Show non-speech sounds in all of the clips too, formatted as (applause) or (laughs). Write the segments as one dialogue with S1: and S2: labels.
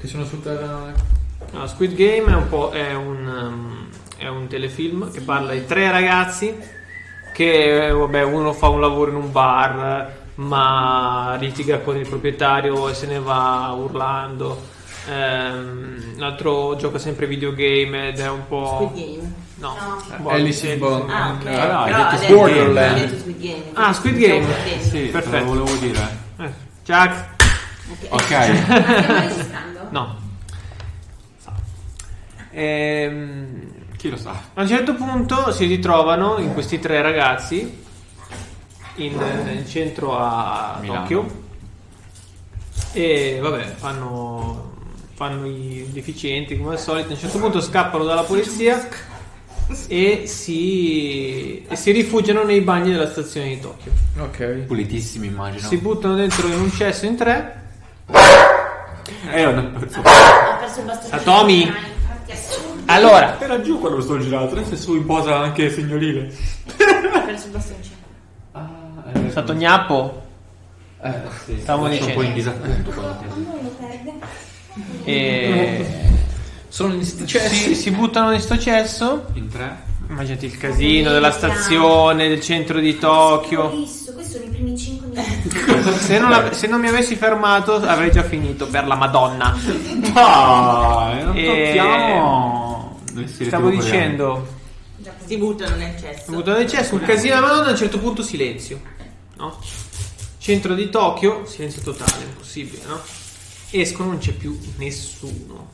S1: Che sono su terra.
S2: No, Squid Game è un, po', è un, um, è un telefilm che parla di tre ragazzi che eh, vabbè, uno fa un lavoro in un bar ma litiga con il proprietario e se ne va urlando. Ehm, l'altro gioca sempre videogame ed è un po'...
S3: Squid Game.
S2: No,
S3: No.
S2: eh, boh,
S1: Alice in
S2: sì,
S1: Bond.
S3: Ah, ok.
S4: Ah, no,
S3: Però
S4: hai detto
S3: adesso-
S1: Borderland.
S3: ho detto Squid Game.
S2: Ah, Squid
S3: Diciamo
S2: Game.
S3: Squid Game.
S4: Sì,
S2: Perfetto.
S4: te lo volevo dire.
S2: Eh, ciao.
S4: Ok.
S3: Stiamo registrando?
S2: No. Ehm,
S4: (laughs) Chi lo sa?
S2: a un certo punto si ritrovano in questi tre ragazzi in, in centro a
S4: Milano.
S2: Tokyo e vabbè fanno, fanno i deficienti come al solito. A un certo punto scappano dalla polizia e si, e si rifugiano nei bagni della stazione di Tokyo.
S1: Ok.
S4: Pulitissimi immagino.
S2: Si buttano dentro in un cesso in tre
S4: Eh, non ho perso.
S3: Ha perso il bastone.
S2: Satomi.
S3: Ah, infatti, assurdo.
S2: Allora,
S4: Era giù quando lo sto girando, adesso è su in posa anche signorile.
S3: Ha perso il bastoncino.
S4: Ah,
S2: è stato gnappo.
S4: Eh, sì.
S2: Stavo
S4: Sono un po'
S2: dicendo.
S4: in disappunto quando ti-
S2: E Cioè,
S1: Sono in sti
S2: si,
S1: cessi.
S2: si buttano in sto cesso.
S4: In tre?
S2: Immaginati il casino della stazione, del centro di Tokyo.
S5: Questo, questi sono i
S2: (laughs)
S5: primi 5 minuti.
S2: Se non, la- se non mi avessi fermato, avrei già finito per la Madonna.
S4: Dai, non
S2: E-
S4: tocchiamo. Noi si
S2: Eh, Stavo
S4: ritroviamo.
S2: dicendo,
S3: Si buttano nel cesso.
S2: mi buttano nel cesso, un casino alla Madonna. A un certo punto, silenzio, no? Centro di Tokyo, silenzio totale, impossibile, no? Escono, non c'è più nessuno.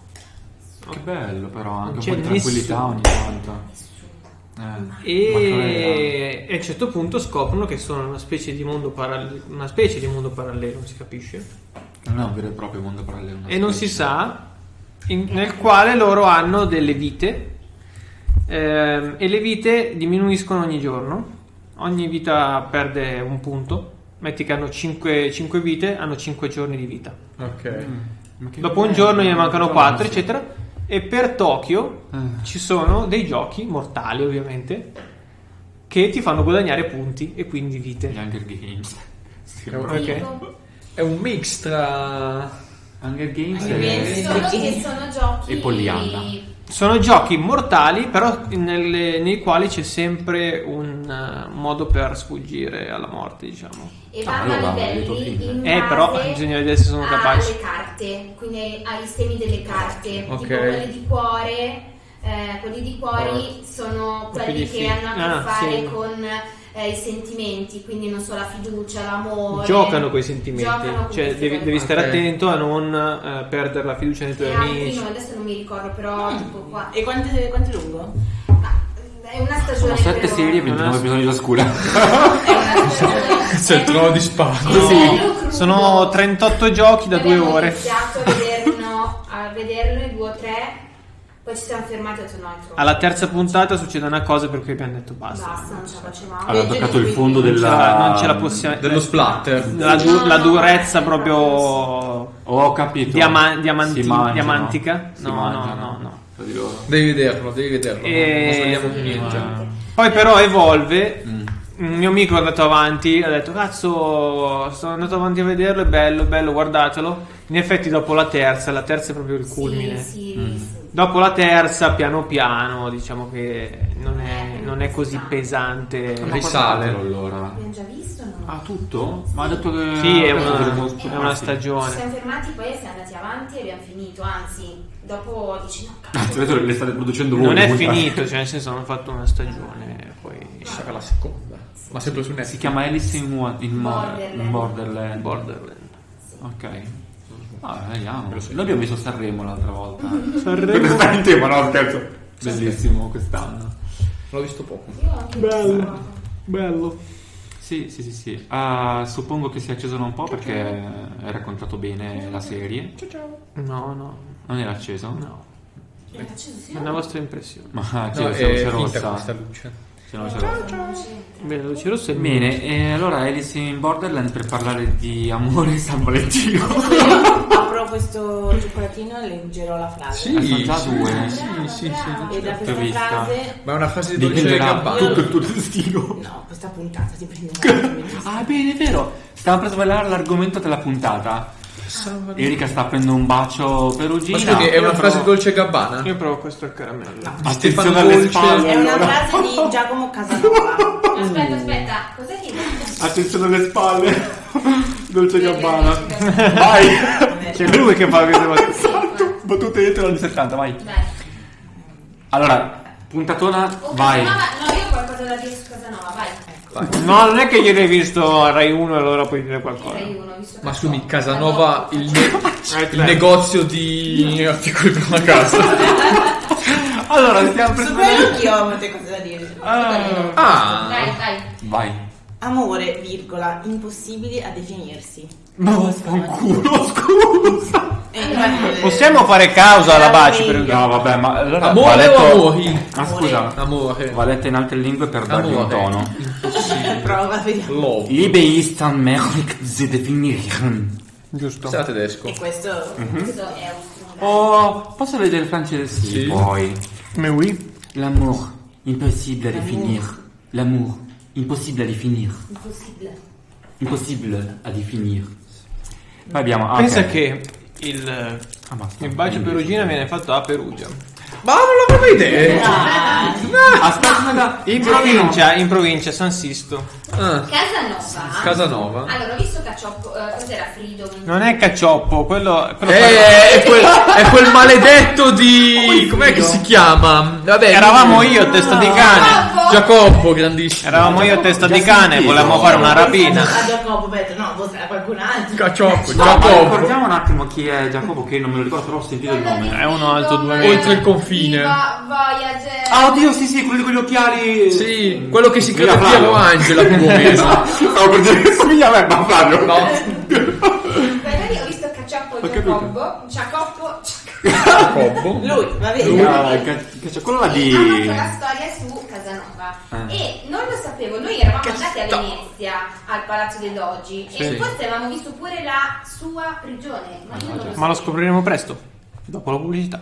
S4: Che bello però,
S2: Non
S4: anche
S2: c'è
S4: un po' di tranquillità
S2: Cioè, nessuno.
S4: ogni tanto. Eh, ma
S2: E, e a un certo punto scoprono che sono una specie di mondo parallelo, una specie di mondo parallelo, non si capisce.
S4: come era? Non è un vero e proprio mondo parallelo. una
S2: e non si
S4: specie.
S2: sa, in- nel quale loro hanno delle vite ehm, e le vite diminuiscono ogni giorno, ogni vita perde un punto, metti che hanno 5, vite, hanno 5 giorni di vita,
S1: Ok.
S4: Ma che
S2: dopo un
S4: bello,
S2: giorno ne
S4: un
S2: mancano
S4: giorno
S2: 4
S4: sì.
S2: eccetera e per Tokyo
S4: Eh.
S2: ci sono dei giochi mortali ovviamente che ti fanno guadagnare punti e quindi
S4: Gli
S2: vite.
S4: Hunger Games. Sì,
S1: Cavolo.
S2: Ok.
S1: È un mix tra.
S4: Hunger Games
S3: Hunger Games.
S4: e...
S5: Solo che sono giochi.
S4: E Pollianna.
S2: Sono giochi mortali, però nelle- nei quali c'è sempre un eh, modo per sfuggire alla morte, diciamo.
S5: E
S4: Ah,
S5: vanno
S4: allora
S5: a
S4: va, lieto
S5: livelli
S4: fine.
S5: in
S2: Eh, però
S5: base
S2: bisogna vedere se sono capaci.
S5: Alle carte, quindi ai semi delle carte.
S1: Ok.
S5: Tipo quelli di cuore. eh, quelli di cuori sono
S2: più
S5: quelli che
S2: difficili.
S5: hanno a che
S2: Ah,
S5: fare
S2: sì.
S5: con eh, i sentimenti, quindi non so, la fiducia, l'amore.
S2: Giocano coi sentimenti,
S5: Giocano con
S2: cioè
S5: questi
S2: devi,
S5: coi-
S2: devi stare
S1: Ok.
S2: attento a non eh, perdere la fiducia nei tuoi
S5: E altri, no,
S2: amici.
S5: adesso non mi ricordo, però tipo qua.
S3: Ah, E quanto, quanto è lungo?
S5: Ma, eh, è una stagione.
S4: Sono 7
S5: però-
S4: serie e 29 episodi da (laughs) scuola.
S5: È una
S2: (laughs)
S5: stagione.
S1: C'è il trono di spade.
S5: È bello crudo.
S2: Sono 38 giochi da due
S5: Abbiamo
S2: ore.
S5: iniziato a vederlo, a vederlo due o tre, poi ci siamo fermati e ho detto no, è troppo.
S2: Alla terza puntata succede una cosa per cui abbiamo detto basta. cioè,
S5: Basta, non ce la facevamo.
S4: Aveva toccato il fondo
S2: Non ce
S4: della...
S2: la, non ce la possiamo...
S1: Dello splatter.
S2: La, du- la
S5: No, no,
S2: durezza
S5: no,
S2: proprio...
S4: Ho capito.
S2: Diama- diamanti-
S4: Si mangiano.
S2: diamantica?
S4: Si
S2: No, no,
S4: mangiano.
S2: no, no.
S4: Tra di loro.
S1: Devi vederlo, devi vederlo.
S2: E-
S1: Non sbagliamo più
S4: Eh.
S1: niente. Cioè,
S2: Poi però evolve.
S4: Mm.
S2: Un mio amico è andato avanti, ha detto cazzo, sono andato avanti a vederlo, è bello, bello, guardatelo. In effetti dopo la terza, la terza è proprio il culmine.
S5: Sì, sì, sì.
S2: Dopo la terza, piano piano, diciamo che non è,
S5: Eh,
S2: non è così
S5: esatto.
S4: Ma
S2: pesante.
S1: Risale.
S4: guardatelo allora.
S5: Abbiamo già visto, no?
S4: Ah, tutto? Ma ha detto che...
S2: Sì, è
S4: ha detto che
S2: una,
S4: erano
S2: è una
S5: Ci
S2: stagione.
S5: siamo fermati, poi siamo andati avanti e abbiamo finito, anzi, dopo dici no,
S4: Ah,
S5: cazzo.
S4: Tra l'altro le state producendo voi.
S2: Non è
S4: comunque.
S2: finito, cioè nel senso hanno fatto una stagione. Poi
S1: Sarà la seconda. Ma sempre su
S4: (laughs) Si
S1: Netflix.
S4: chiama Alice in, Wa- in Mo-
S5: Borderland.
S4: Borderland.
S2: Borderland.
S4: Ok. Ah, vediamo. Noi abbiamo visto Sanremo l'altra volta. (laughs)
S2: Sanremo.
S4: Sta in tema, no, scherzo. Bellissimo quest'anno.
S1: L'ho visto poco.
S5: Io ho anche visto.
S2: Bello.
S4: Sì, sì, sì, sì. Ah, suppongo che si accesono un po' perché hai raccontato bene la serie.
S2: No, no,
S4: Non era acceso?
S2: no.
S5: Eh, faccio sì,
S2: È una vostra impressione.
S4: Ma c'è
S1: No,
S4: Ah, la
S1: è
S4: luce
S1: finta questa
S4: rossa.
S1: luce.
S4: C'è la luce rossa.
S5: non c'entra.
S2: Bene, luce rossa è
S4: Bene, e (laughs) allora Alice in Borderland per parlare di amore e San Valentino.
S3: Apro questo questo cioccolatino leggerò la frase.
S1: Sì,
S4: Ah, sono già
S1: sì,
S4: due.
S1: Sì, sì, sì.
S3: E da
S4: Certo,
S3: questa
S4: vista.
S3: frase...
S1: Ma è una frase di dolce di
S4: Dipenderà
S1: gabbana.
S4: tutto il tuo destino.
S3: No, questa puntata ti prendo un
S4: Ah, bene, è vero. Stavamo per svelare l'argomento della puntata. Erika sta prendendo un bacio
S1: Ma
S4: perugina.
S1: scusi, è
S2: io
S1: una
S2: però-
S1: frase di dolce di gabbana?
S2: Io provo questo al caramello.
S1: Stefano
S4: Attenzione alle
S1: Dolce.
S4: spalle.
S3: È una
S4: allora.
S3: frase di Giacomo Casanova.
S5: Aspetta, aspetta, cos'è che
S4: Attenzione alle
S1: (laughs)
S4: spalle. Dolce Gabbana.
S5: Dai.
S4: Vai.
S2: C'è lui che fa queste cose.
S4: Esatto. Battute etero anni 70, vai. Allora, puntatona,
S5: Oh,
S4: vai.
S5: Casanova- no, io ho qualcosa da dire su Casanova, vai. Ecco,
S2: No, non è che ieri hai visto a Rai 1 e allora puoi dire qualcosa.
S5: Sei uno, visto che-
S1: Ma scusami, Casanova, il, ne-
S2: Eh,
S1: il negozio di articoli per la casa.
S4: Allora, stiamo
S3: Su
S4: prendendo...
S3: quello anch'io ho molte cose da dire.
S4: Ah,
S1: Ah,
S5: Dai, dai.
S4: Vai.
S3: Amore, virgola, impossibili a definirsi.
S4: No, fa un culo, scusa.
S3: Eh, infatti-
S2: Possiamo fare causa alla Baci per
S4: No, vabbè, ma allora... va
S1: amore
S4: letto-
S1: o amori?
S4: Ah, scusa.
S1: Amore.
S4: Va letta in altre lingue per dargli un
S1: Amore.
S4: tono.
S3: Prova, vediamo.
S1: Love.
S4: Liebe ist an Merk zu definieren.
S2: Giusto.
S1: Sarà tedesco.
S3: E questo...
S1: Mhm.
S5: Questo è un
S4: Oh, posso leggere il francese?
S1: Sì.
S4: Poi.
S2: Mais oui.
S4: L'amour, impossible à définir. L'amour, impossible à définir.
S5: impossibile.
S4: Impossible à définir. Poi abbiamo... ah,
S2: Pensa
S4: ok.
S2: che il,
S4: Ah, basta.
S2: il bacio perugina viene fatto a Perugia.
S1: Ma non l'avevo mai idea.
S4: Aspetta,
S2: In provincia, in provincia San Sisto.
S1: Ah,
S5: Casanova.
S1: Casanova.
S5: Allora, ho visto Cacioppo, eh, cos'era Frido?
S2: Non è Cacioppo, quello... quello
S1: Eh, è, quel, è quel maledetto di... Com'è che si chiama? Vabbè,
S2: Eravamo io testa di cane.
S1: Giacoppo, grandissimo.
S2: Eravamo io testa di
S4: Già
S2: cane,
S4: sentito.
S2: volevamo fare una rapina.
S3: A Giacomo, ho detto, no, voterà qualcun altro.
S1: Giacoppo,
S4: No, ma
S1: Giacoppo.
S4: ricordiamo un attimo chi è Giacopo, che non me lo ricordo, però ho sentito il nome.
S2: È uno alto due
S1: metri. Oltre il confine.
S5: Va, Voyager.
S4: Ah, oddio, sì, sì, quello con gli occhiali. Mm.
S1: Sì, quello che si
S4: Mia
S1: crede Piero
S4: Flavio.
S1: Angela più o
S2: Esatto.
S1: meno.
S4: Stavo per dire che somiglia a me, ma Flavio.
S1: No.
S5: Beh, lì ho visto Cacioppo e
S4: capito.
S5: Giacobbo. Giacoppo.
S1: Giacoppo.
S3: Lui, va bene.
S1: Lui.
S4: Ah, che- che c'è quello là di...
S5: Ha fatto Ah, la storia su Casanova
S4: Ah.
S5: e non lo sapevo, noi eravamo andati a
S1: sta-
S5: Venezia al Palazzo dei Dogi
S1: Sì.
S5: e forse avevamo visto pure la sua prigione, ma io non lo sapevo.
S2: Ma lo scopriremo presto, dopo la pubblicità.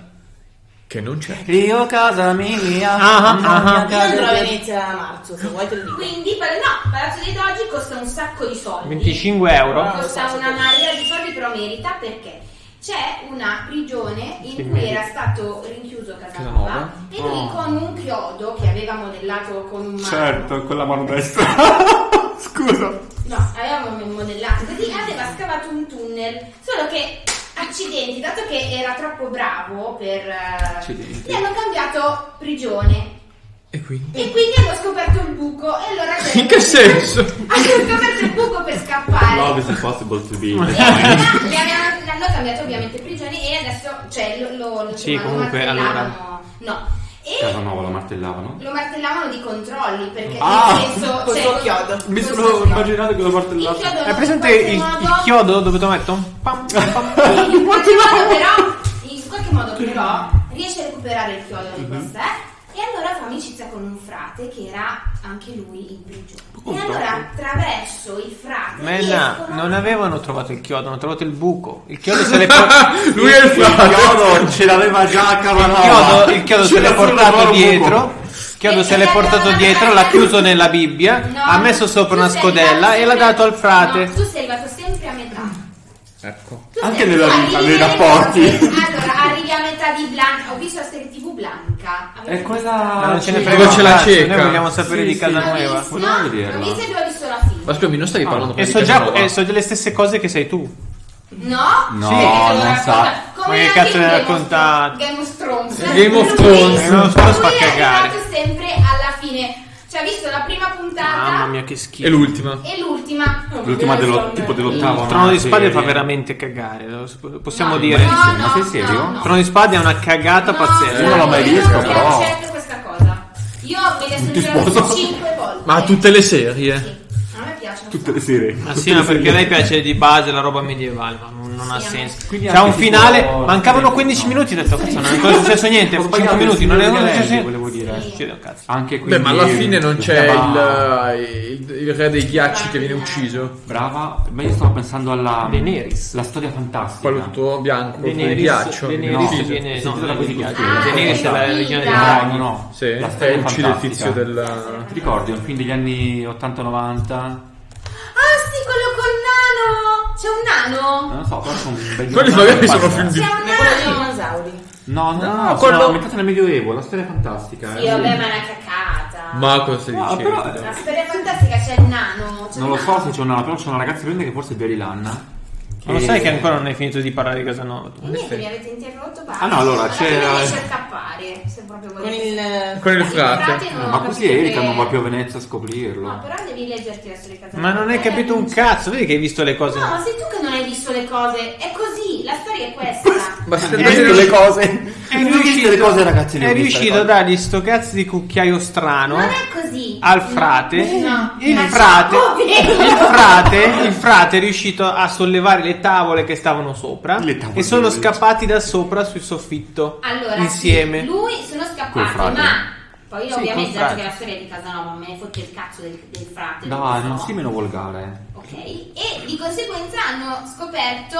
S1: Che non c'è.
S4: Rio casa mia.
S2: Ah,
S4: mamma
S2: ah,
S4: mia
S2: ah.
S3: Io andrò a
S4: casa-
S3: Venezia a marzo, se vuoi te lo dico.
S5: Quindi, pal- no, Palazzo dei Dogi costa un sacco di soldi.
S2: 25 euro.
S5: Costa una marea di soldi, però merita perché c'è una prigione in cui era stato rinchiuso Casanova e lì
S4: Oh.
S5: con un chiodo che aveva modellato con un marmo.
S4: Certo, con la mano destra. Scusa.
S5: No, avevamo modellato così, aveva scavato un tunnel, solo che accidenti, dato che era troppo bravo per... eh,
S4: Accidenti.
S5: Gli hanno cambiato prigione
S1: E quindi?
S5: e quindi hanno scoperto il buco e allora...
S1: In che senso?
S5: Hanno scoperto il buco per scappare.
S4: Love is impossible to be.
S5: E
S4: (laughs)
S5: allora gli hanno- l'hanno cambiato ovviamente prigione e adesso cioè, lo, lo, lo
S2: Sì,
S5: chiamavano,
S2: comunque,
S5: martellavano. No. E
S4: Casanova la martellavano.
S5: lo martellavano di controlli perché
S4: Ah,
S5: nel senso...
S3: col
S5: cioè,
S3: suo chiodo.
S4: Mi
S5: col
S4: sono
S5: suo chiodo.
S4: immaginato che lo
S5: Il
S4: martellavano.
S5: chiodo
S2: Hai
S5: non-
S2: presente
S5: in qualche
S2: il, il
S5: modo-
S2: chiodo dove te lo metto? Pam, pam.
S5: in qualche
S2: (laughs)
S5: modo però in qualche modo però riesce a recuperare il chiodo
S2: Mhm.
S5: di questa e allora fa amicizia con un frate che era anche lui in prigione e allora attraverso il frate
S2: Menna,
S5: riescono-
S2: non avevano trovato il chiodo, hanno trovato il buco. Il chiodo se l'è
S4: (laughs)
S2: portato.
S1: Lui è il
S4: Il
S1: fratello.
S4: chiodo ce l'aveva già
S2: Il
S4: Casanova.
S2: chiodo, il chiodo se
S4: Ce
S2: l'è
S4: l'ha solo
S2: portato
S4: loro buco.
S2: dietro. Il chiodo se l'è portato dietro, l'ha chiuso nella Bibbia,
S5: No,
S2: ha messo sopra
S5: tu
S2: una
S5: sei
S2: scodella
S5: arrivato
S2: e l'ha
S5: sempre-
S2: dato al
S5: no,
S2: frate.
S5: tu sei arrivato sempre a metà
S1: Ecco.
S5: Tu
S4: Anche
S5: sei-
S4: nella
S5: arrivi
S4: vita, nei
S5: nelle
S4: rapporti.
S5: cose- allora arrivi a metà di Blanca ho visto la serie tv Blanca
S4: È
S5: Avete
S4: quella...
S2: Ma non ce ne
S4: sì.
S2: frega.
S1: Dove c'è la
S2: un cazzo,
S1: cieca?
S2: Noi vogliamo sapere
S4: Sì,
S2: di
S4: sì.
S2: casa
S5: visto?
S2: nuova.
S5: No,
S4: Vogliamo
S5: non
S4: vederla.
S5: mi sembra visto la fine
S1: Ma scusami, non stavi
S4: Ah,
S1: parlando
S2: E
S1: prima
S2: so
S1: di
S2: già
S1: Casanova?
S2: e so le stesse cose che sei tu.
S5: No?
S4: No,
S5: Sì,
S4: non
S5: racconta-
S4: sa.
S2: Ma
S5: Come
S2: che
S5: anche
S2: cazzo
S5: in
S2: ne
S5: Game of
S2: racconta-
S5: Thrones- Game of Thrones.
S1: Game of Thrones.
S5: Lui-
S2: Game of Thrones fa
S5: lui è
S2: cagare.
S5: arrivato sempre alla fine. Cioè, ha visto la prima puntata
S2: Mamma mia, che
S1: E
S2: schifo.
S1: l'ultima.
S5: e l'ultima.
S4: L'ultima dello, tipo dell'ottava.
S2: Il trono di
S4: no?
S2: spade
S4: Serie.
S2: fa veramente cagare. lo- Possiamo
S5: No,
S2: dire.
S4: no,
S2: Il
S4: Ma sei serio?
S5: no, no.
S2: trono di spade è una cagata
S5: No,
S2: pazzesca.
S4: Io non l'ho mai
S5: io
S4: visto,
S5: non
S4: però.
S5: accetto questa cosa. Io me ne sono girato
S4: sposo.
S5: 5 volte.
S1: Ma tutte le serie?
S5: Sì, a me piace.
S4: Tutte le serie.
S2: Ah, Ma sì, ma perché a lei piace di base la roba medievale, ma non, non ha
S5: Sì,
S2: senso.
S4: Quindi
S2: C'è
S4: anche
S2: un
S4: tipo-
S2: finale, mancavano 15
S4: no.
S2: minuti, ho detto cazzo, non è ancora successo niente,
S4: Ho
S2: 5
S4: sbagliato il
S2: minuti, non è
S4: signor
S2: ancora successo
S4: Ghirelli,
S2: niente.
S4: volevo dire. eh.
S2: Succede un cazzo.
S4: Anche
S1: Beh,
S4: quindi,
S1: ma alla fine non c'è
S4: brava-
S1: il, il, il re degli acci che viene ucciso.
S4: Brava, ma io stavo pensando alla mm,
S2: Daenerys.
S4: La storia fantastica.
S1: Quello tutto bianco, con il
S2: Daenerys-
S1: ghiaccio.
S2: Daenerys
S1: viene ucciso.
S2: viene- no,
S4: sentita da
S2: non è
S4: così
S2: il ghiaccio,
S4: costruita.
S2: Daenerys è la
S5: Ah,
S2: regina dei
S5: sì.
S4: No, no,
S2: draghi.
S4: no.
S1: Sì,
S4: La
S1: e uccide
S4: storia
S1: il
S4: fantastica.
S1: tizio del...
S4: Ti ricordi? È un film degli anni 80-90?
S5: Ah sì, quello col nano! C'è un nano!
S4: Non lo so, però sono un bel
S1: Quelli magari sono film di...
S5: C'è un
S3: Ma quello dei
S5: nano!
S3: dinosauri.
S4: No, no, no,
S1: No,
S4: sono
S1: quello-
S4: ambientati nel Medioevo, la storia è fantastica.
S5: Sì,
S4: eh.
S5: vabbè, ma è una cacata.
S1: Ma cosa stai
S4: No,
S1: dicendo?
S4: però-
S5: La storia fantastica c'è il nano. C'è
S4: Non
S5: il
S4: lo so
S5: nano.
S4: se c'è una, però c'è una ragazza grande che forse è Biolilanna.
S2: Ma lo sai che ancora non hai finito di parlare di Casanova? tu?
S5: E niente, mi avete interrotto, basta.
S4: Ah, no, allora,
S5: Alla
S4: c'era-
S5: fine riesce a scappare, se proprio
S3: Con
S5: volete.
S3: il...
S1: Con il
S5: Il
S1: frate.
S5: frate non
S4: Ma
S5: ho Ah, capito
S4: così Erika
S5: che-
S4: non va più a Venezia a scoprirlo.
S5: No, però devi leggerti la storia di Casanova.
S2: Ma non hai capito un cazzo, vedi che hai visto le cose.
S5: Eh, No, ma sei tu che non hai visto le cose. È così, la storia è questa.
S1: Ma siete
S2: Eh,
S1: andati
S2: io-
S1: nel-
S6: le cose.
S2: È
S6: Non ho visto
S2: riuscito,
S6: le cose, ragazzi.
S2: è riuscito a dargli sto cazzo di cucchiaio strano. eh?
S5: Non è così.
S2: al frate,
S5: Eh, No.
S2: il
S5: Ma
S2: frate,
S5: ciao, vieni.
S2: il frate, il frate è riuscito a sollevare le tavole che stavano sopra
S6: Le tavole
S2: e sono
S6: di legno.
S2: scappati da sopra sul soffitto
S5: Allora,
S2: insieme.
S5: sì, lui sono
S4: Col
S5: scappati,
S4: frate.
S5: ma poi io
S2: Sì,
S5: ovviamente
S2: col
S5: dato
S2: frate.
S5: che la storia di Casanova me ne fotte il cazzo del, del frate.
S4: Dai,
S5: lo
S4: eh, non
S5: so.
S4: sii meno volgare.
S5: Ok, e di conseguenza hanno scoperto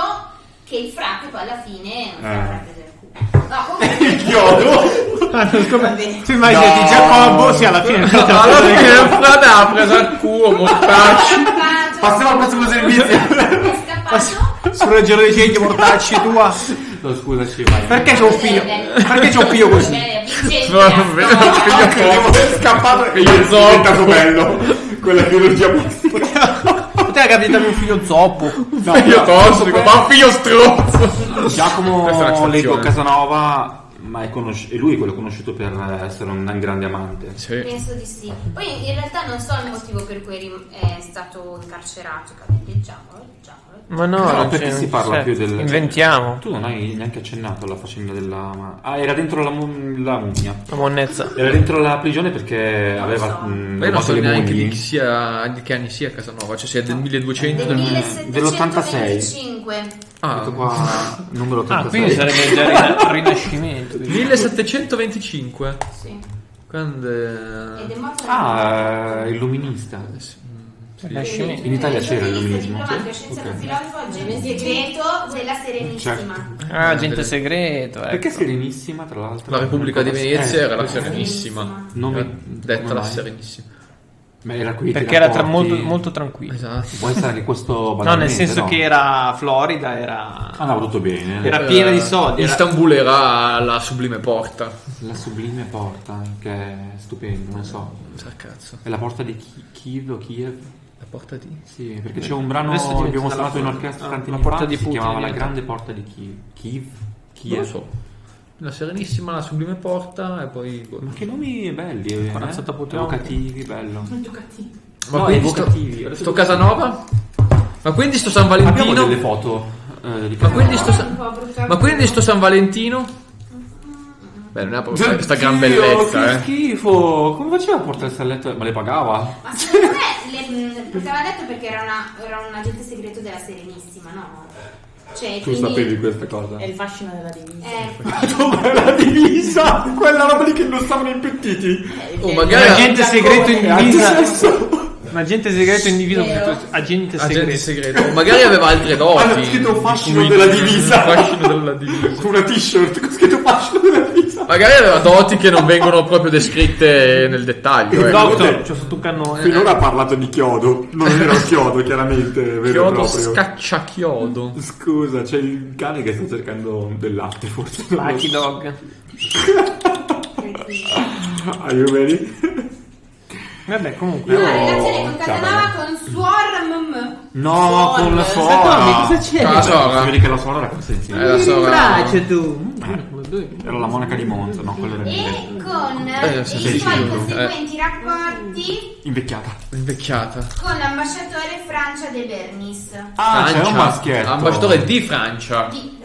S5: che il frate poi alla fine non
S4: Eh.
S5: era frate del culo. No, comunque
S2: (laughs)
S6: chiodo.
S3: (laughs)
S2: Tu immaginati
S6: No.
S2: Giacobbo, sì, alla fine.
S1: Alla fine il frate ha preso al culo,
S5: è
S1: mortacci.
S5: scappato.
S6: Passiamo al prossimo servizio.
S5: È scappato.
S2: Sulla giro di gente, mortacci tua.
S4: No, scusaci, vai.
S2: Perché c'è un
S5: Eh,
S2: figlio? Perché c'è un figlio così? (laughs)
S5: Bene, vincente
S1: No,
S5: la
S1: non vedo.
S5: storia.
S6: è scappato e
S1: Io
S6: è
S1: so.
S6: diventato bello. Quella chirurgia plastica.
S2: Poteva capitare un figlio zoppo.
S4: No,
S1: Figlio
S4: però-
S1: tossico, ma figlio stronzo. Questa è una
S4: Giacomo
S1: stazione.
S4: Lego Casanova, ma è, conosci- è lui quello conosciuto per essere un, un grande amante.
S1: Sì.
S5: Penso di sì. Poi in realtà non so il motivo per cui eri- è stato incarcerato, capite? Leggiamolo, leggiamolo.
S2: Ma no,
S4: No,
S2: non
S4: perché
S2: c'è-
S4: si parla
S2: cioè,
S4: più del...
S2: Inventiamo
S4: Tu non hai neanche accennato alla faccenda della... Ah, era dentro la, mu- la mummia.
S2: la monnezza.
S4: Era dentro la prigione perché aveva...
S5: so.
S4: mm,
S1: Ma io non so
S4: rubato le
S1: neanche di
S4: mummie.
S1: chi sia, di che anni sia Casanova, cioè sia del 1200
S5: Del
S1: del...
S5: dell'8725.
S4: Questo
S1: Ah,
S4: qua, numero 86.
S2: Ah, quindi sarebbe già rina- rinascimento.
S1: 1725.
S5: Sì.
S1: Quando...
S5: Ed è
S1: è-
S5: morto
S4: Ah, eh, illuminista.
S1: Ecco.
S2: Rinascimento.
S4: In Italia c'era il luminismo.
S5: diplomatico, scienziato,
S4: Ok.
S5: filosofo, agente segreto della Serenissima.
S2: Ah, agente segreto. Ecco.
S4: Perché Serenissima, tra l'altro?
S1: La Repubblica di Venezia
S4: Eh,
S1: era la
S4: perché-
S1: Serenissima.
S4: Non mi-
S1: Era
S4: come
S1: Detta la
S4: mai?
S1: Serenissima.
S4: Ma era qui
S2: Perché era tra- molto, molto tranquillo.
S1: Esatto.
S4: Può essere anche questo
S2: (laughs) No, nel
S4: banalmente,
S2: senso
S4: no? Ah,
S2: che era Florida, era.
S4: Andava tutto bene.
S2: Era piena di
S1: Eh,
S2: soldi, era-
S1: Istanbul era la sublime porta.
S4: La sublime porta, che è stupendo, non so.
S1: Sa cazzo.
S4: È la porta di Chi- Kiev o Kiev?
S1: La porta di...
S4: Sì, perché c'è un brano
S2: Adesso
S4: che
S2: diventa
S4: abbiamo
S2: la
S4: suonato in
S2: porta-
S4: orchestra
S2: ah,
S4: tanti
S2: la
S4: anni fa,
S2: porta di
S4: si
S2: Putin
S4: chiamava La
S2: diventa.
S4: Grande Porta di Kiev. Kiev? Kiev?
S1: Non lo so. La Serenissima, la Sublime Porta e poi... boh.
S4: Ma che nomi belli, eh?
S2: Corazzata Putin.
S4: Evocativi, bello.
S1: Ma
S4: No,
S1: quindi
S4: i
S1: sto,
S4: vocativi. Adesso
S1: sto
S4: tutti-
S1: Casanova? Ma quindi sto San
S4: Abbiamo
S1: Valentino?
S4: delle foto eh, di
S1: Ma quindi
S4: Casanova.
S1: sto San, ma quindi sto San Valentino? Beh, non è proprio questa gran
S4: Oddio, Che
S1: bellezza, eh.
S4: schifo! Come faceva a portarsi a letto? Ma le pagava?
S5: Ma secondo me le, mh, poteva detto perché era, una- era un agente segreto della Serenissima, no? Cioè,
S6: Tu
S5: quindi...
S6: sapevi
S4: (laughs)
S6: questa cosa?
S3: È il fascino della divisa.
S5: Eh,
S6: Dove la divisa? Quella roba lì che indossavano i pettiti.
S1: Oh,
S2: Un
S1: magari
S2: agente segreto
S4: Eh,
S2: in divisa.
S6: Sesso.
S2: Un agente segreto in divisa.
S5: Vero.
S2: piuttosto- Agente
S1: Agente
S2: segreto.
S1: segreto. O Magari aveva altre doti.
S6: Hanno scritto fascino
S1: Di cui-
S6: della
S4: (laughs)
S6: divisa.
S1: Fascino della divisa.
S6: Una t-shirt con scritto fascino della divisa.
S1: Magari aveva doti che non vengono proprio descritte nel dettaglio. ecco.
S2: Doctor, c'ho sotto un cannone.
S6: Finora ha parlato di chiodo. Non era un chiodo, chiaramente. Vero e
S1: Chiodo
S6: proprio.
S1: scacciachiodo.
S6: Scusa, c'è il cane che sta cercando del latte, forse. non lo
S2: Lucky dog.
S5: tranquillo.
S6: so. Are you ready?
S2: Vabbè, comunque.
S5: No,
S6: Io-
S5: la relazione con
S6: Ciao,
S5: Casanova con Suor Mmm.
S4: No, con la
S2: Aspetta, ma
S4: suora!
S2: che cosa c'è?
S1: Ah, so. suora.
S4: Vedi che la suora era consentita.
S1: Eh, la so, era-
S2: tu.
S4: Era la monaca di Monza, no, quello era
S5: E
S4: Milano.
S5: con
S1: Eh,
S5: i
S1: sì,
S5: suoi
S1: sì, sì, Eh.
S5: conseguenti rapporti
S6: Invecchiata.
S1: Invecchiata.
S5: con l'ambasciatore Francia de Bernis.
S4: Ah, c'è
S1: Francia.
S4: un maschietto.
S1: Ambasciatore di Francia.
S5: Di-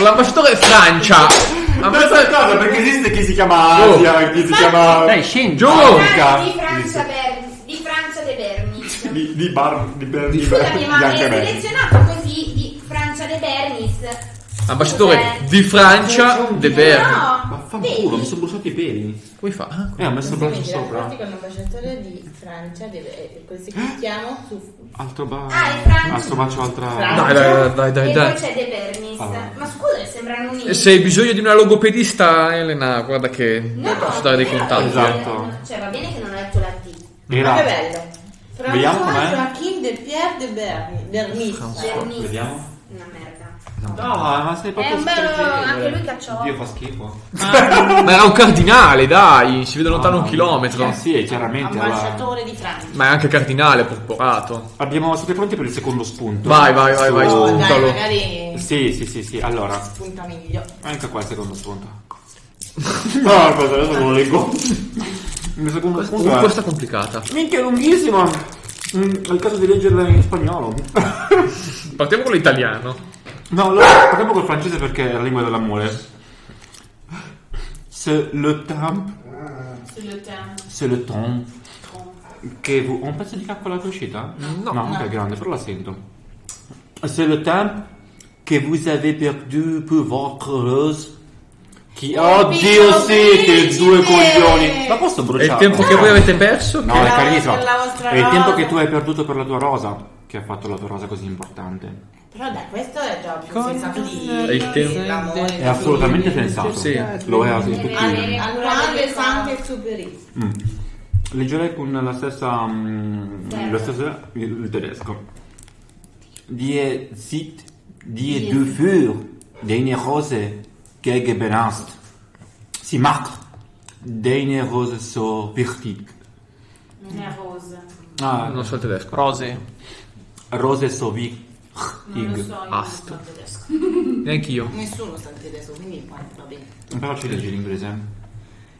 S1: L'ambasciatore Francia.
S6: Questa
S1: Ambasciatore...
S6: cosa perché esiste chi si chiama
S4: Oh.
S6: Asia, chi si chiama
S2: Dai, scendi.
S1: Giù!
S5: Fra- di
S6: Giusto.
S5: Francia Ber- di Francia de Bernis.
S6: Di, di bar di ber di ber-
S5: Scusami, ma è
S6: biancaneve.
S5: selezionato così di Francia De Bernis.
S1: Ambasciatore di Francia, De Verne.
S5: No,
S4: Vaffanculo,
S5: vedi?
S4: mi sono bruciati i peli.
S1: Come fa? Ah,
S4: Eh, ho messo il braccio sopra.
S3: con l'ambasciatore di Francia, deve, eh, così
S1: Eh?
S3: clicchiamo su...
S4: Altro bacio.
S5: Ah, è Francia.
S4: Altro bacio, altra.
S3: Francia.
S1: Ah, Dai, dai, dai, dai,
S5: e
S1: dai.
S5: poi c'è De Bernis.
S4: Ah.
S5: Ma scusa, sembrano uniti.
S1: E se hai bisogno di una logopedista, Elena, guarda che
S5: No,
S1: posso dare dei
S5: però
S1: contatti.
S5: va
S1: eh.
S4: Esatto.
S5: bene, Cioè, va bene che non hai detto la T.
S4: Era.
S3: Che bello.
S4: Vediamo com'è.
S3: François Joachim de Pierre de Berni, eh, Bernis.
S5: Bernis.
S4: vediamo.
S5: Una merda.
S4: No, ma sei proprio
S5: È un bello-
S4: spergevole.
S5: anche lui cacciò.
S4: Dio fa schifo.
S1: Ma era un cardinale, dai, si vede lontano un
S4: Eh
S1: chilometro.
S4: sì, chiaramente. allora.
S3: Ambasciatore di Francia.
S1: Ma è anche cardinale, porporato.
S4: Abbiamo siete pronti per il secondo spunto?
S1: Vai, vai, vai, vai,
S4: Su-
S3: Oh, dai,
S1: spuntalo.
S3: magari
S4: Sì, sì, sì, sì. Allora,
S3: spunta meglio.
S4: anche qua il secondo spunto.
S6: (laughs) No, aspetta, adesso non lo leggo.
S4: Il mio secondo spunto
S1: Uh,
S4: è...
S1: questa è complicata.
S4: Minchia, è lunghissimo! Mm, è il caso di leggerla in spagnolo. (laughs)
S1: Partiamo con l'italiano.
S4: No, allora, partiamo col francese perché è la lingua dell'amore. C'est le temps,
S5: Sul tema.
S4: c'est le temps. Che vu- ho un pezzo di cacca alla tua uscita? No, non è grande, però la sento. C'est le temps che vous avez perdu pour votre heureuse. Chi oddio
S3: piccolo
S4: sì, che
S3: principe!
S4: due coglioni! Ma posso
S1: E il
S4: bruciare?
S1: tempo che voi avete perso?
S4: No,
S1: che-
S4: è
S3: la-
S4: carissimo.
S3: per la vostra
S4: È il
S3: rosa.
S4: tempo che tu hai perduto per la tua rosa, che ha fatto la tua rosa così importante.
S3: Però dai, questo è già più
S4: Con-
S3: sensato di
S1: È il tempo.
S3: dell'amore,
S4: È
S3: di-
S4: assolutamente sensato.
S1: Sì.
S4: Lo è così.
S3: An-
S4: tutti.
S3: Antoine de Saint-Exupéry.
S4: Mm. Leggerei con la stessa. mm,
S5: Certo.
S4: lo stesso. il tedesco. Die Zeit, die
S5: Die.
S4: du für deine Rose gegeben hast. Sie macht deine Rose so wichtig.
S5: Non è Rose.
S4: Ah,
S1: Non so il tedesco.
S2: Rose.
S4: Rose so wichtig.
S5: Non lo so. io non so
S1: Ast.
S5: tedesco.
S1: Neanche io.
S3: Nessuno sta in tedesco, quindi va bene.
S4: Però ci leggi in inglese?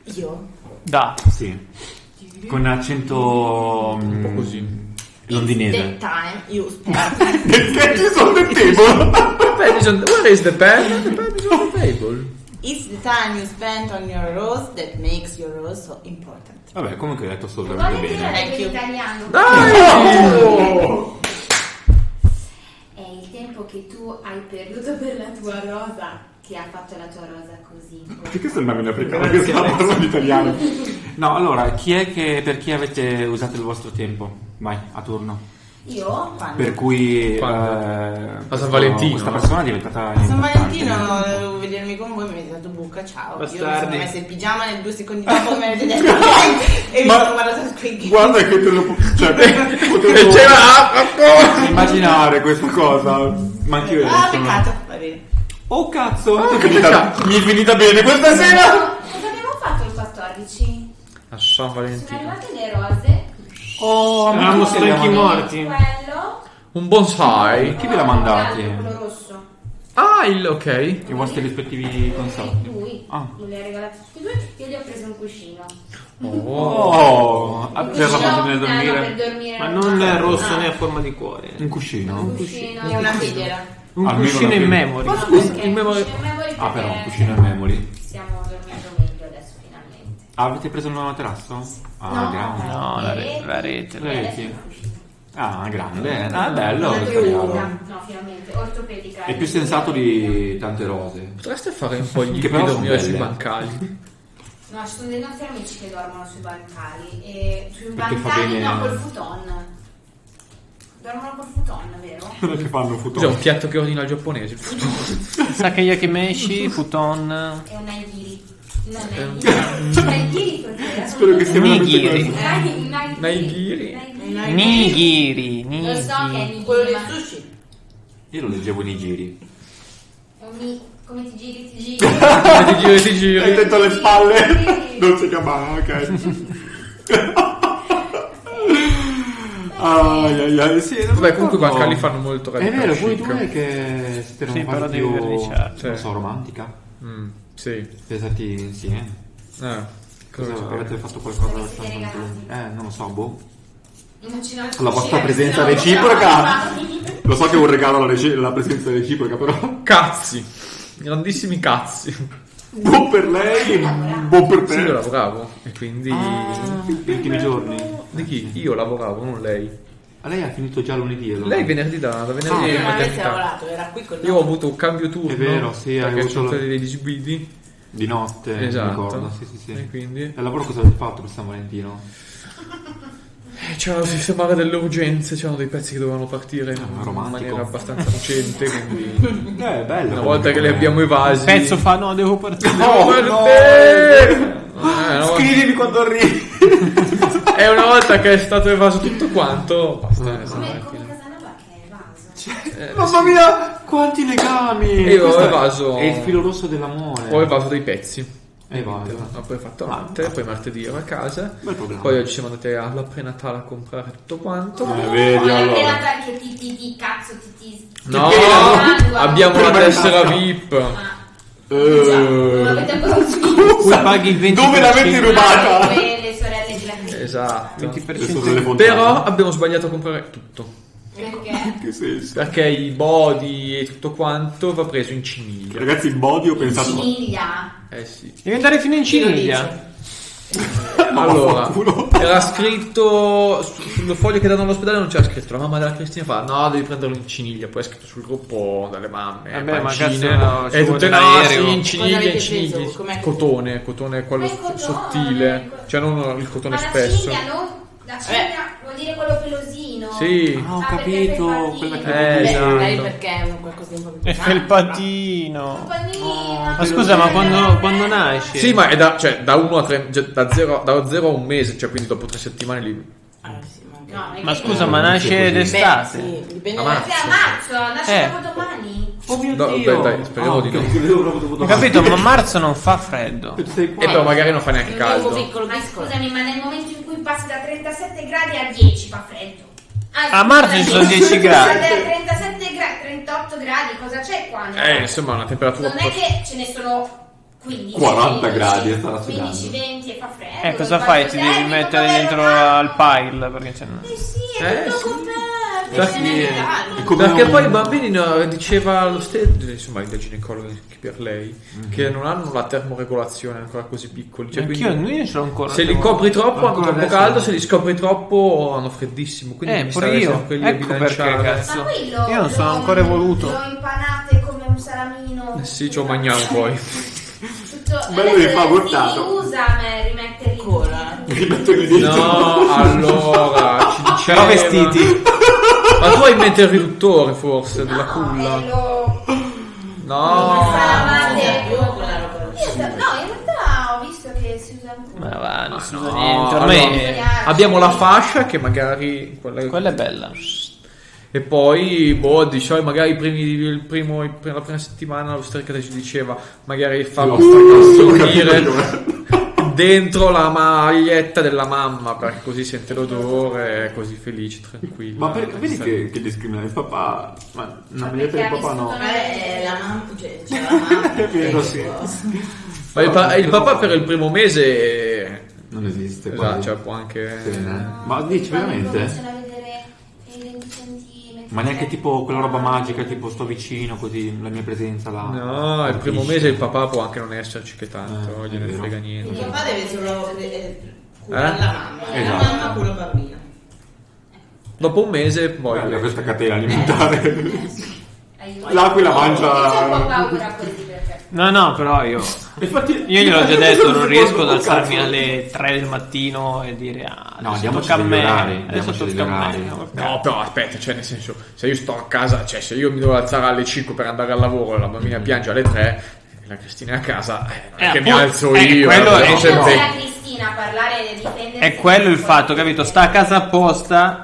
S4: eh?
S3: Io?
S2: Da.
S4: Sì. Con accento. Un
S1: po' così.
S4: Londinese.
S3: It's the time you
S4: (laughs)
S3: spend.
S6: Perché ci sono del table?
S1: Madison, where is the pen? The pen is on the table.
S3: It's the time you spend on your rose that makes your rose so important.
S4: Vabbè, comunque hai detto assolutamente
S5: Vuole dire
S4: bene.
S5: anche
S3: Thank you.
S5: l'italiano?
S6: Oh.
S5: È il tempo che tu hai perduto per la tua rosa che ha fatto la tua rosa così.
S6: Perché sembravi un africano che stava parlando italiano?
S4: No, allora, chi è che. per chi avete usato il vostro tempo? Vai, a turno.
S5: Io?
S3: Quando?
S4: Per cui. eh,
S1: Quando?
S4: questo-
S1: San Valentino,
S4: Questa
S1: no?
S4: persona è diventata.
S3: A San
S4: importante.
S3: Valentino volevo vedermi con voi, mi avete dato buca, ciao. Io mi sono
S2: Bastardi.
S3: messa in pigiama nel due secondi dopo che mi avete detto e mi
S6: Ma-
S3: sono guardata su Squid Game.
S6: Guarda che te lo
S3: (laughs)
S6: cioè,
S1: E
S6: potevo
S1: c'era ah, ah, ah.
S6: immaginare questa cosa. Ma anch'io ero
S3: Ah,
S6: sono-
S3: peccato, va bene.
S4: Oh cazzo!
S2: Ah,
S6: Mi è finita- Mi è finita bene questa sera!
S5: Cosa abbiamo fatto il 14?
S1: A San
S5: Sono
S1: Valentino.
S5: arrivate le rose.
S4: Oh, ma
S2: Eravamo
S4: chi ve le ha
S2: stanchi
S4: mandate?
S2: morti.
S5: Quello.
S1: Un bonsai.
S4: Chi ve l'ha
S5: mandati?
S4: mandati?
S5: Quello rosso.
S1: Ah, il ok.
S4: I vostri rispettivi consorti.
S5: Lui.
S4: Ah.
S5: Me li ha regalati tutti e due. Io gli ho preso un cuscino.
S1: Oh.
S4: Oh,
S5: Un
S4: per la
S5: cuscino-
S4: passione del
S5: eh, no,
S4: dormire.
S5: per dormire.
S2: Ma non è rosso
S3: Ah.
S2: né a forma di cuore.
S4: Un cuscino?
S5: Un cuscino.
S3: È una filiera.
S2: Un
S4: Almeno
S2: cuscino
S4: una
S2: in
S4: prima.
S2: memory.
S5: No,
S1: scusa,
S5: perché
S1: in memory-
S5: cuscino in memory
S4: Ah, però, un
S5: perché
S4: cuscino in memory.
S5: Stiamo dormendo meglio adesso finalmente.
S4: Avete preso il nuovo materasso? Ah, grande.
S2: No, la re- la rete,
S4: la
S5: Adesso
S4: rete.
S5: un cuscino.
S4: Ah, grande. Ah, bello.
S3: Anche
S4: questo regalo.
S3: una.
S5: No, finalmente, ortopedica.
S4: È più sensato di tante rose. (laughs)
S1: Potreste fare un po' gli
S4: Che però sono
S1: dormire sui
S4: belle. (laughs)
S1: bancali.
S5: No, ci sono dei nostri amici che dormono sui bancali. E sui
S4: Perché fa
S5: bancali,
S4: bene-
S5: no, col futon. Dormono col futon, vero?
S4: Quello che fanno
S1: Cos'è un
S4: futuro.
S1: piatto che ordina il
S4: (laughs)
S1: giapponese?
S2: Sakayakimeshi, futon.
S5: È un aigiri. Non è aigiri. Aigiri cos'era?
S6: Spero che sia veramente
S2: Nigiri.
S6: questo.
S5: Nai-
S1: Naigiri.
S5: Naigiri.
S2: Nigiri,
S5: Lo so che è
S2: nigiri.
S5: nigiri,
S3: Quello del
S5: ma-
S3: sushi.
S4: Io lo leggevo nei giri.
S5: Ogni- Come ti giri, ti giri.
S6: (laughs)
S1: Ti giri, ti
S6: Hai
S1: giri.
S6: detto alle spalle? (laughs) Non si chiamava, ok. Ai, ai, ai, sì, non
S1: Vabbè, comunque i
S6: mi ricordo.
S1: bancali fanno molto
S4: È
S1: radical
S4: vero, voi
S1: chic.
S4: due che siete una
S2: Sì,
S4: fase
S2: però devi
S4: più,
S2: verniciare.
S4: non so, romantica.
S1: Mm, sì.
S4: Siete stati insieme.
S1: Eh, cosa
S4: Cosa
S1: vuoi
S4: avete
S1: sapere?
S4: fatto qualcosa?
S5: Siete regalati.
S4: Eh, non lo so, boh.
S5: Non ci
S6: Con la vostra presenza reciproca. Lo so che è un regalo la, reci- la presenza reciproca, però. (laughs)
S1: Cazzi. Grandissimi cazzi. Sì,
S6: Buon per lei, buon per te.
S4: eh.
S1: io lavoravo. E quindi...
S4: Ah. Gli ultimi giorni.
S1: Di chi? Io lavoravo, non lei.
S4: Ah, Lei ha finito già lunedì. allora?
S1: Lei venerdì da, da venerdì
S3: Io
S1: in
S3: non avessi
S1: maternità.
S3: lavorato, era qui con
S1: Io ho avuto un cambio turno.
S4: È vero, sì, hai
S1: Perché
S4: avuto
S1: ci sono
S4: la-
S1: stati dei disguidi.
S4: Di notte, mi
S1: Esatto.
S4: ricordo. Sì, sì, sì.
S1: E quindi?
S4: E al lavoro cosa avete fatto per San Valentino?
S1: Eh, c'erano, si sembrava delle urgenze, c'erano dei pezzi che dovevano partire in
S4: ma Ah, romantico.
S1: maniera abbastanza lucente.
S4: (laughs)
S1: Quindi
S4: Eh, è bello.
S1: una volta che li abbiamo
S2: Il
S1: evasi.
S2: pezzo fa no, devo partire.
S1: Devo partire!
S4: Oh,
S1: Eh, una volta-
S4: Scrivimi quando arrivi.
S1: E una volta che è stato evaso tutto quanto,
S4: Ah.
S1: basta.
S5: Come,
S1: esatto.
S5: come Casanova che è vaso.
S4: Mamma mia, quanti legami.
S1: Io ho
S4: Questo è-
S1: evaso-
S4: È il filo rosso
S6: Eh.
S4: dell'amore.
S1: Ho evaso dei pezzi.
S4: E evaso.
S1: Ah, poi ho fatto latte, poi martedì ero a casa.
S4: Bel programma.
S1: Poi oggi siamo andati alla prenatale a comprare tutto quanto.
S6: Eh, vedi,
S5: Ma è
S6: allora.
S5: quella che ti, ti, ti cazzo ti, ti
S1: No,
S5: ti sangue.
S1: abbiamo la
S6: Prima di
S1: tessera
S6: tutto.
S1: VIP.
S5: Ah, già, Esatto, non
S6: Eh,
S5: l'avete Diciamo, ancora usato.
S2: Cui paghi il 20%.
S6: Dove l'avete
S5: Ah,
S6: rubata?
S5: quelle le sorelle di Lamini.
S1: Esatto.
S6: Queste sono le fontane.
S1: Però abbiamo sbagliato a comprare tutto.
S5: Perché?
S6: Che senso?
S1: Perché i body e tutto quanto va preso in ciniglia.
S6: Ragazzi, in body ho pensato.
S5: Ciniglia.
S1: Eh sì.
S2: Devi andare fino in Ciniglia.
S1: Allora,
S6: vaffanculo.
S1: (laughs) era scritto su- sul foglio che danno all'ospedale non c'era scritto. La mamma della Cristina fa: No, devi prenderlo in ciniglia. Poi è scritto sul gruppo dalle mamme.
S2: Vabbè, Eh ma
S1: pancine,
S2: cazzo, no, ci
S1: e
S2: vuole
S1: tutte
S2: un
S1: no,
S2: aereo.
S1: sì, in
S3: Cosa
S1: ciniglia,
S3: avete
S1: in
S3: preso?
S1: ciniglia.
S3: Com'è?
S1: Cotone, cotone quello
S5: Ma il cotone,
S1: sottile.
S5: il co-
S1: Cioè, non il cotone
S5: Ma la
S1: spesso.
S5: cinghia, no?
S2: Eh.
S5: La cinghia vuol dire quello pelosino.
S1: Sì.
S4: Ah, ho
S5: Ah, perché
S4: capito,
S5: sei fatino.
S4: quella che-
S1: Eh,
S3: Beh,
S1: esatto.
S3: lei perché è un qualcosa di un po' più
S2: E
S5: Ah,
S3: pesante.
S2: felpatino.
S5: Campanino.
S2: Ma scusa, ma quando, quando nasce?
S1: Sì, ma è da, cioè, da 1 a 3, da 0 a un mese, cioè quindi dopo 3 settimane lì.
S3: Ah, sì, ma anche-
S5: No, è
S2: Ma
S5: che-
S2: scusa, ma
S6: Beh,
S2: nasce
S6: sì.
S3: Beh,
S2: d'estate?
S3: sì, dipende
S1: A
S3: da-
S5: Ma sei a marzo, nasce
S2: Eh.
S5: dopodomani.
S4: Oh mio
S1: No,
S4: dio.
S1: dai, dai, speriamo
S4: Ah,
S1: di no.
S4: ok, credevo proprio dopo
S2: Ho
S4: domani.
S2: capito, ma marzo non fa freddo.
S4: (laughs) Tu sei qua.
S1: E però magari non fa neanche
S3: Un uovo
S1: caldo.
S3: piccolo
S5: Ma
S3: piccolo.
S5: scusami, ma nel momento in cui passi da 37 gradi a 10 fa freddo. Anzi,
S2: A marzo ci sono
S5: (laughs)
S2: 10 gradi.
S5: Passate a 37 gradi, 38 gradi, cosa c'è qua?
S1: Eh, insomma, una temperatura
S5: non è
S1: poco-
S5: che ce ne sono 15
S6: 40
S5: 16,
S6: gradi, starà
S5: 15,
S6: sudando.
S5: 20 e fa freddo.
S2: Eh, cosa
S5: il
S2: fai?
S5: bagno
S2: Ti devi
S5: termico,
S2: mettere
S5: vabbè,
S2: dentro
S5: lo
S2: al
S5: fanno.
S2: pile perché c'è.
S5: Eh sì,
S1: Eh,
S5: è tutto
S1: sì.
S5: coperto,
S1: Infatti,
S5: se ne
S1: eh,
S5: vedranno.
S6: è come
S1: Perché
S6: un-
S1: poi i bambini no, diceva lo stesso, insomma, il ginecologo anche per lei, che non hanno la termoregolazione ancora così piccoli. Cioè,
S2: Anch'io,
S1: quindi,
S2: noi ne sono ancora.
S1: se li copri troppo hanno
S4: Ancora
S1: troppo
S4: adesso.
S1: caldo, se li scopri troppo hanno freddissimo. Quindi
S2: Eh,
S1: mi
S2: pure
S1: stare
S2: io.
S1: sempre lì a
S2: Ecco perché,
S1: bilanciare.
S2: cazzo.
S5: Ma poi lo-
S2: Io non sono
S5: lo-
S2: ancora evoluto.
S5: Lo impanate come un salamino.
S1: Eh Sì, ci ho mangiato poi.
S5: Tutto,
S6: Bello
S5: adesso
S6: che fa
S5: si
S6: guardato.
S5: usa ma rimetterli
S3: Ancora?
S6: Ti metto lì dentro.
S1: No, (laughs) allora, ci diceva...
S2: Però vestiti.
S1: Ma tu hai in mente il riduttore forse della
S5: No,
S1: culla?
S5: e lo
S1: No.
S3: Ah,
S5: passavate.
S3: Io
S5: Io
S3: quella roba non
S5: sa- No, in realtà ho visto che si usa ancora.
S4: Eh,
S2: Ma va, non si usa
S1: No,
S2: niente. Ormai
S1: allora,
S2: è-
S1: abbiamo la fascia che magari quella,
S2: quella è bella.
S1: e poi boh diciamo magari i primi, il primo, il pre- la prima settimana l'ostrica ci diceva magari farlo
S6: Uh,
S1: finire dentro la maglietta della mamma perché così sente l'odore è così felice tranquilla
S4: Ma perché-
S1: Quindi
S4: vedi
S1: sta-
S6: Che, che discrimina il papà? Ma
S5: Ma
S4: una maglietta di
S5: perché ha
S4: papà no.
S5: vissuto-
S3: Eh, la mamma, cioè, c'è la Ecco. mamma.
S4: È vero, sì.
S1: Ma il,
S4: Ah,
S1: pa- il papà per il primo mese eh,
S4: Non esiste.
S1: esatto,
S4: quasi.
S1: cioè, può anche
S4: Sì, eh. Ma
S5: No,
S4: dici
S5: quando
S4: veramente?
S5: cominciano a vedere i 20 centimetri.
S4: Ma neanche tipo quella roba magica, tipo sto vicino così, la mia presenza là.
S1: No, il primo
S4: Capisci?
S1: mese il papà può anche non esserci che tanto,
S4: Eh, è
S1: gliene
S4: vero.
S1: frega niente.
S3: Il papà deve solo eh, curare la mamma. e La
S6: Esatto.
S3: mamma cura il bambino.
S1: Dopo un mese poi...
S6: Bella questa catena alimentare.
S5: Aiuto.
S6: L'aquila
S5: Io ho un po'
S6: mangia.
S5: paura così perché.
S2: No, no, però io.
S6: Infatti,
S2: Io
S4: (laughs)
S2: gliel'ho già
S6: infatti
S2: detto,
S6: mi
S2: non
S6: sono
S2: riesco ad
S6: ricordato,
S2: alzarmi
S6: cazzo.
S2: alle 3 del mattino e dire ah,
S4: No,
S2: adesso
S4: diamoci
S2: tocca a
S4: degli
S2: me.
S4: orari,
S2: Adesso
S4: diamoci degli
S2: tocca a
S4: orari.
S2: me.
S1: No, però aspetta, cioè nel senso, se io sto a casa, cioè se io mi devo alzare alle 5 per andare al lavoro e la
S4: Mm.
S1: bambina piange alle 3 e la Cristina è a casa, eh, non è
S2: Eh,
S1: che mi
S2: appunto,
S1: alzo
S2: eh,
S1: io.
S2: quello
S1: eh,
S2: è-
S1: non
S5: Perché
S1: c'è
S5: non
S2: no.
S5: c'è
S1: tempo.
S5: la Cristina a parlare e difendere.
S2: È quello il fatto, capito? Sta a casa apposta.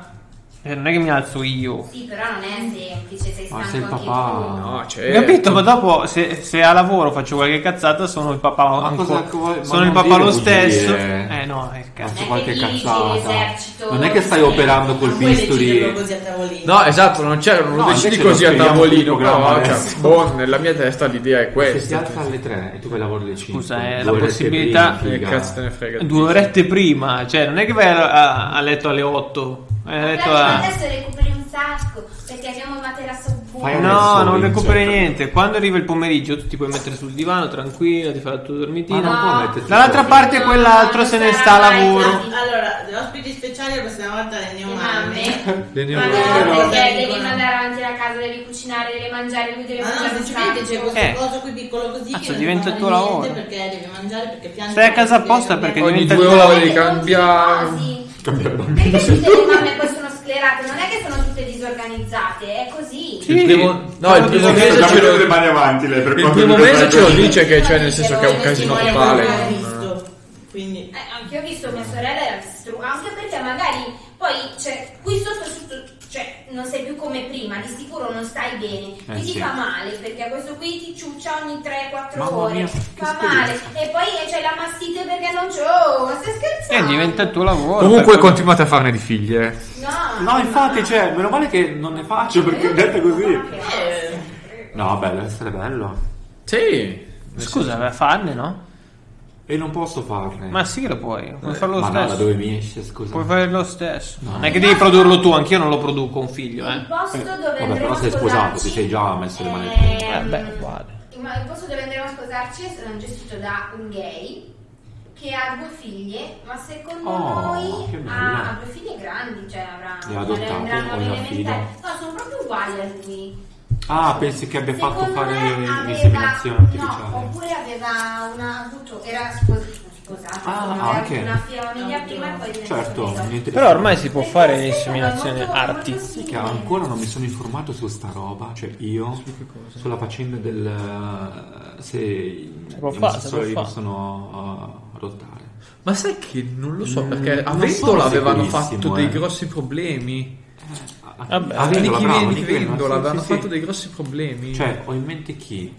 S2: E non è che mi alzo io.
S5: Sì, però non è semplice, sei
S4: Ma
S5: stanco
S4: sei il
S5: anche
S4: papà.
S5: tu.
S1: No, cioè,
S4: Eh,
S1: c'è...
S2: Capito? Ma dopo, se, se a lavoro faccio qualche cazzata, sono il papà
S4: Ma
S2: ancora-
S4: cosa vuoi- ma
S2: Sono il
S4: non
S2: papà
S4: dire
S2: lo
S4: bugie.
S2: stesso. Eh no, eh, cazzo.
S4: Cazzo,
S5: Eh,
S4: qualche
S5: che dirigi, l'esercito,
S4: cazzata. Non è che stai
S5: sì.
S4: operando col
S3: Non puoi deciderlo
S4: bisturi.
S3: così a tavolino.
S1: No, esatto, non c'era, non lo
S4: No,
S1: decidi
S4: invece lo
S1: così a
S4: scriviamo
S1: tavolino,
S4: sul programma
S1: però cioè,
S4: adesso.
S1: boh, nella mia testa l'idea è
S4: Se si
S1: questa. cioè,
S4: alza alle 3 e tu vai a lavorare alle 5.
S2: Scusa, eh, la possibilità-
S1: Che cazzo te
S6: eh.
S1: ne frega.
S2: Due orette prima, cioè non è che vai a, a- a letto alle 8. Vai a
S5: Allora,
S2: letto a...
S5: adesso recuperi un sacco perché abbiamo il materasso buono.
S4: Fai
S2: No,
S4: adesso,
S2: non
S4: Vincenzo.
S2: recuperi niente. Quando arriva il pomeriggio, tu ti puoi mettere sul divano tranquillo, ti fai la tua
S4: Ma
S2: dormitina.
S4: Ah, non può
S5: No.
S4: metterti
S2: Dall'altra
S4: fuori.
S2: parte, quell'altro se ne sta a lavoro.
S3: Allora, gli ospiti speciali la prossima volta le
S5: Le
S3: mie mamme.
S5: mamme.
S1: Le mie
S5: Ma
S1: mamme.
S5: no, perché devi
S3: Dicono-
S5: mandare avanti la casa, devi cucinare, devi mangiare, lui deve
S3: Ma Ah, no,
S5: mangiare un
S3: semplicemente c'è
S5: sacco.
S3: questo
S2: Eh.
S3: coso qui piccolo così
S2: Cazzo,
S3: che non
S2: diventa
S3: fa
S2: il tuo
S3: niente
S2: lavoro.
S3: Perché devi mangiare, perché cioè, piangi.
S2: Stai a casa apposta perché
S3: devi
S1: Ogni
S2: diventa
S1: due
S2: il tuo
S1: ore
S5: Perché
S1: devi cambiare.
S5: tutte le cose-
S4: Cioè,
S6: Cambiare bambino.
S5: Perché tutte le mamme poi sono sclerate, non è che sono tutte disorganizzate, è così.
S2: Sì.
S1: Cioè, Il primo- no, il primo
S2: Sì,
S1: mese
S6: Sta
S1: ce lo-
S6: mettendo le mani avanti lei per
S1: il
S6: quanto
S1: primo
S6: riguarda-
S1: mese ce lo dice che
S3: cambiare.
S1: cioè nel senso che è un casino
S3: Perché
S1: totale.
S3: non l'ho visto. Quindi
S5: Eh, anche io ho visto mia sorella era stru- anche perché magari poi cioè, qui sotto, sotto cioè, non sei più come prima, di sicuro non stai bene,
S4: Eh,
S5: qui ti
S4: sì.
S5: fa male perché questo qui ti ciuccia ogni 3-4
S4: Mamma
S5: ore,
S4: mia, che
S5: fa male
S4: esperienza.
S5: e poi eh, c'è la mastite perché non c'è, oh, ma stai
S2: Eh,
S5: scherzando?
S2: diventa il tuo lavoro.
S1: Comunque
S2: per quello-
S1: continuate a farne di figlie.
S5: No,
S4: No, infatti, cioè, meno male che non ne faccio
S6: Cioè,
S4: perché detto così.
S5: Eh,
S3: eh,
S4: No, beh, deve essere bello.
S1: Sì.
S2: Scusa, vai a farne, no?
S4: E non posso farne.
S2: Ma sì che lo puoi, puoi farlo lo
S4: Ma no, da
S2: stesso.
S4: dove mi esce, scusa?
S2: Puoi fare lo stesso. Non è che devi produrlo tu, anch'io non lo produco un figlio,
S5: il
S2: eh.
S5: posto dove
S4: Vabbè,
S5: andremo
S4: però sei
S5: a
S4: sposato,
S5: sposarci,
S4: ti sei già messo le mani
S2: Eh, beh, uguale.
S5: Ma il posto dove andremo a sposarci è stato gestito da un gay che ha due figlie, ma secondo
S4: Oh, che
S5: noi
S4: bello.
S5: ha, ha due figlie grandi, cioè avranno
S4: Le ha adottate, o le ha figlie?
S5: No, sono proprio uguali a lui.
S4: Ah, pensi che abbia fatto
S5: Secondo
S4: fare
S5: me aveva-
S4: l'inseminazione
S5: No,
S4: artificiale?
S5: oppure aveva una, avuto, era spos- sposata,
S4: Ah,
S5: insomma, aveva
S4: anche.
S5: avuto una famiglia prima e poi diventata
S4: Certo, niente da
S2: Però
S4: fare.
S2: ormai si può fare l'inseminazione arti.
S4: Sai che ancora non mi sono informato su sta roba, cioè io, sulla faccenda del... eh, se i
S2: può fare, si può
S4: omosessuali
S2: fare.
S4: possono eh, adottare.
S1: Ma sai che non lo so
S4: Mm,
S1: perché
S4: non
S1: a
S4: sono
S1: Vendola avevano
S4: sicurissimo,
S1: fatto dei
S4: eh.
S1: grossi problemi.
S2: Vabbè.
S4: Ah,
S1: A
S4: Vendola,
S1: Nicky
S4: bravo,
S1: Vendola,
S4: Nicky Vendola, sì,
S1: avevano
S4: sì,
S1: fatto
S4: sì.
S1: dei grossi problemi.
S4: Cioè, ho in mente chi?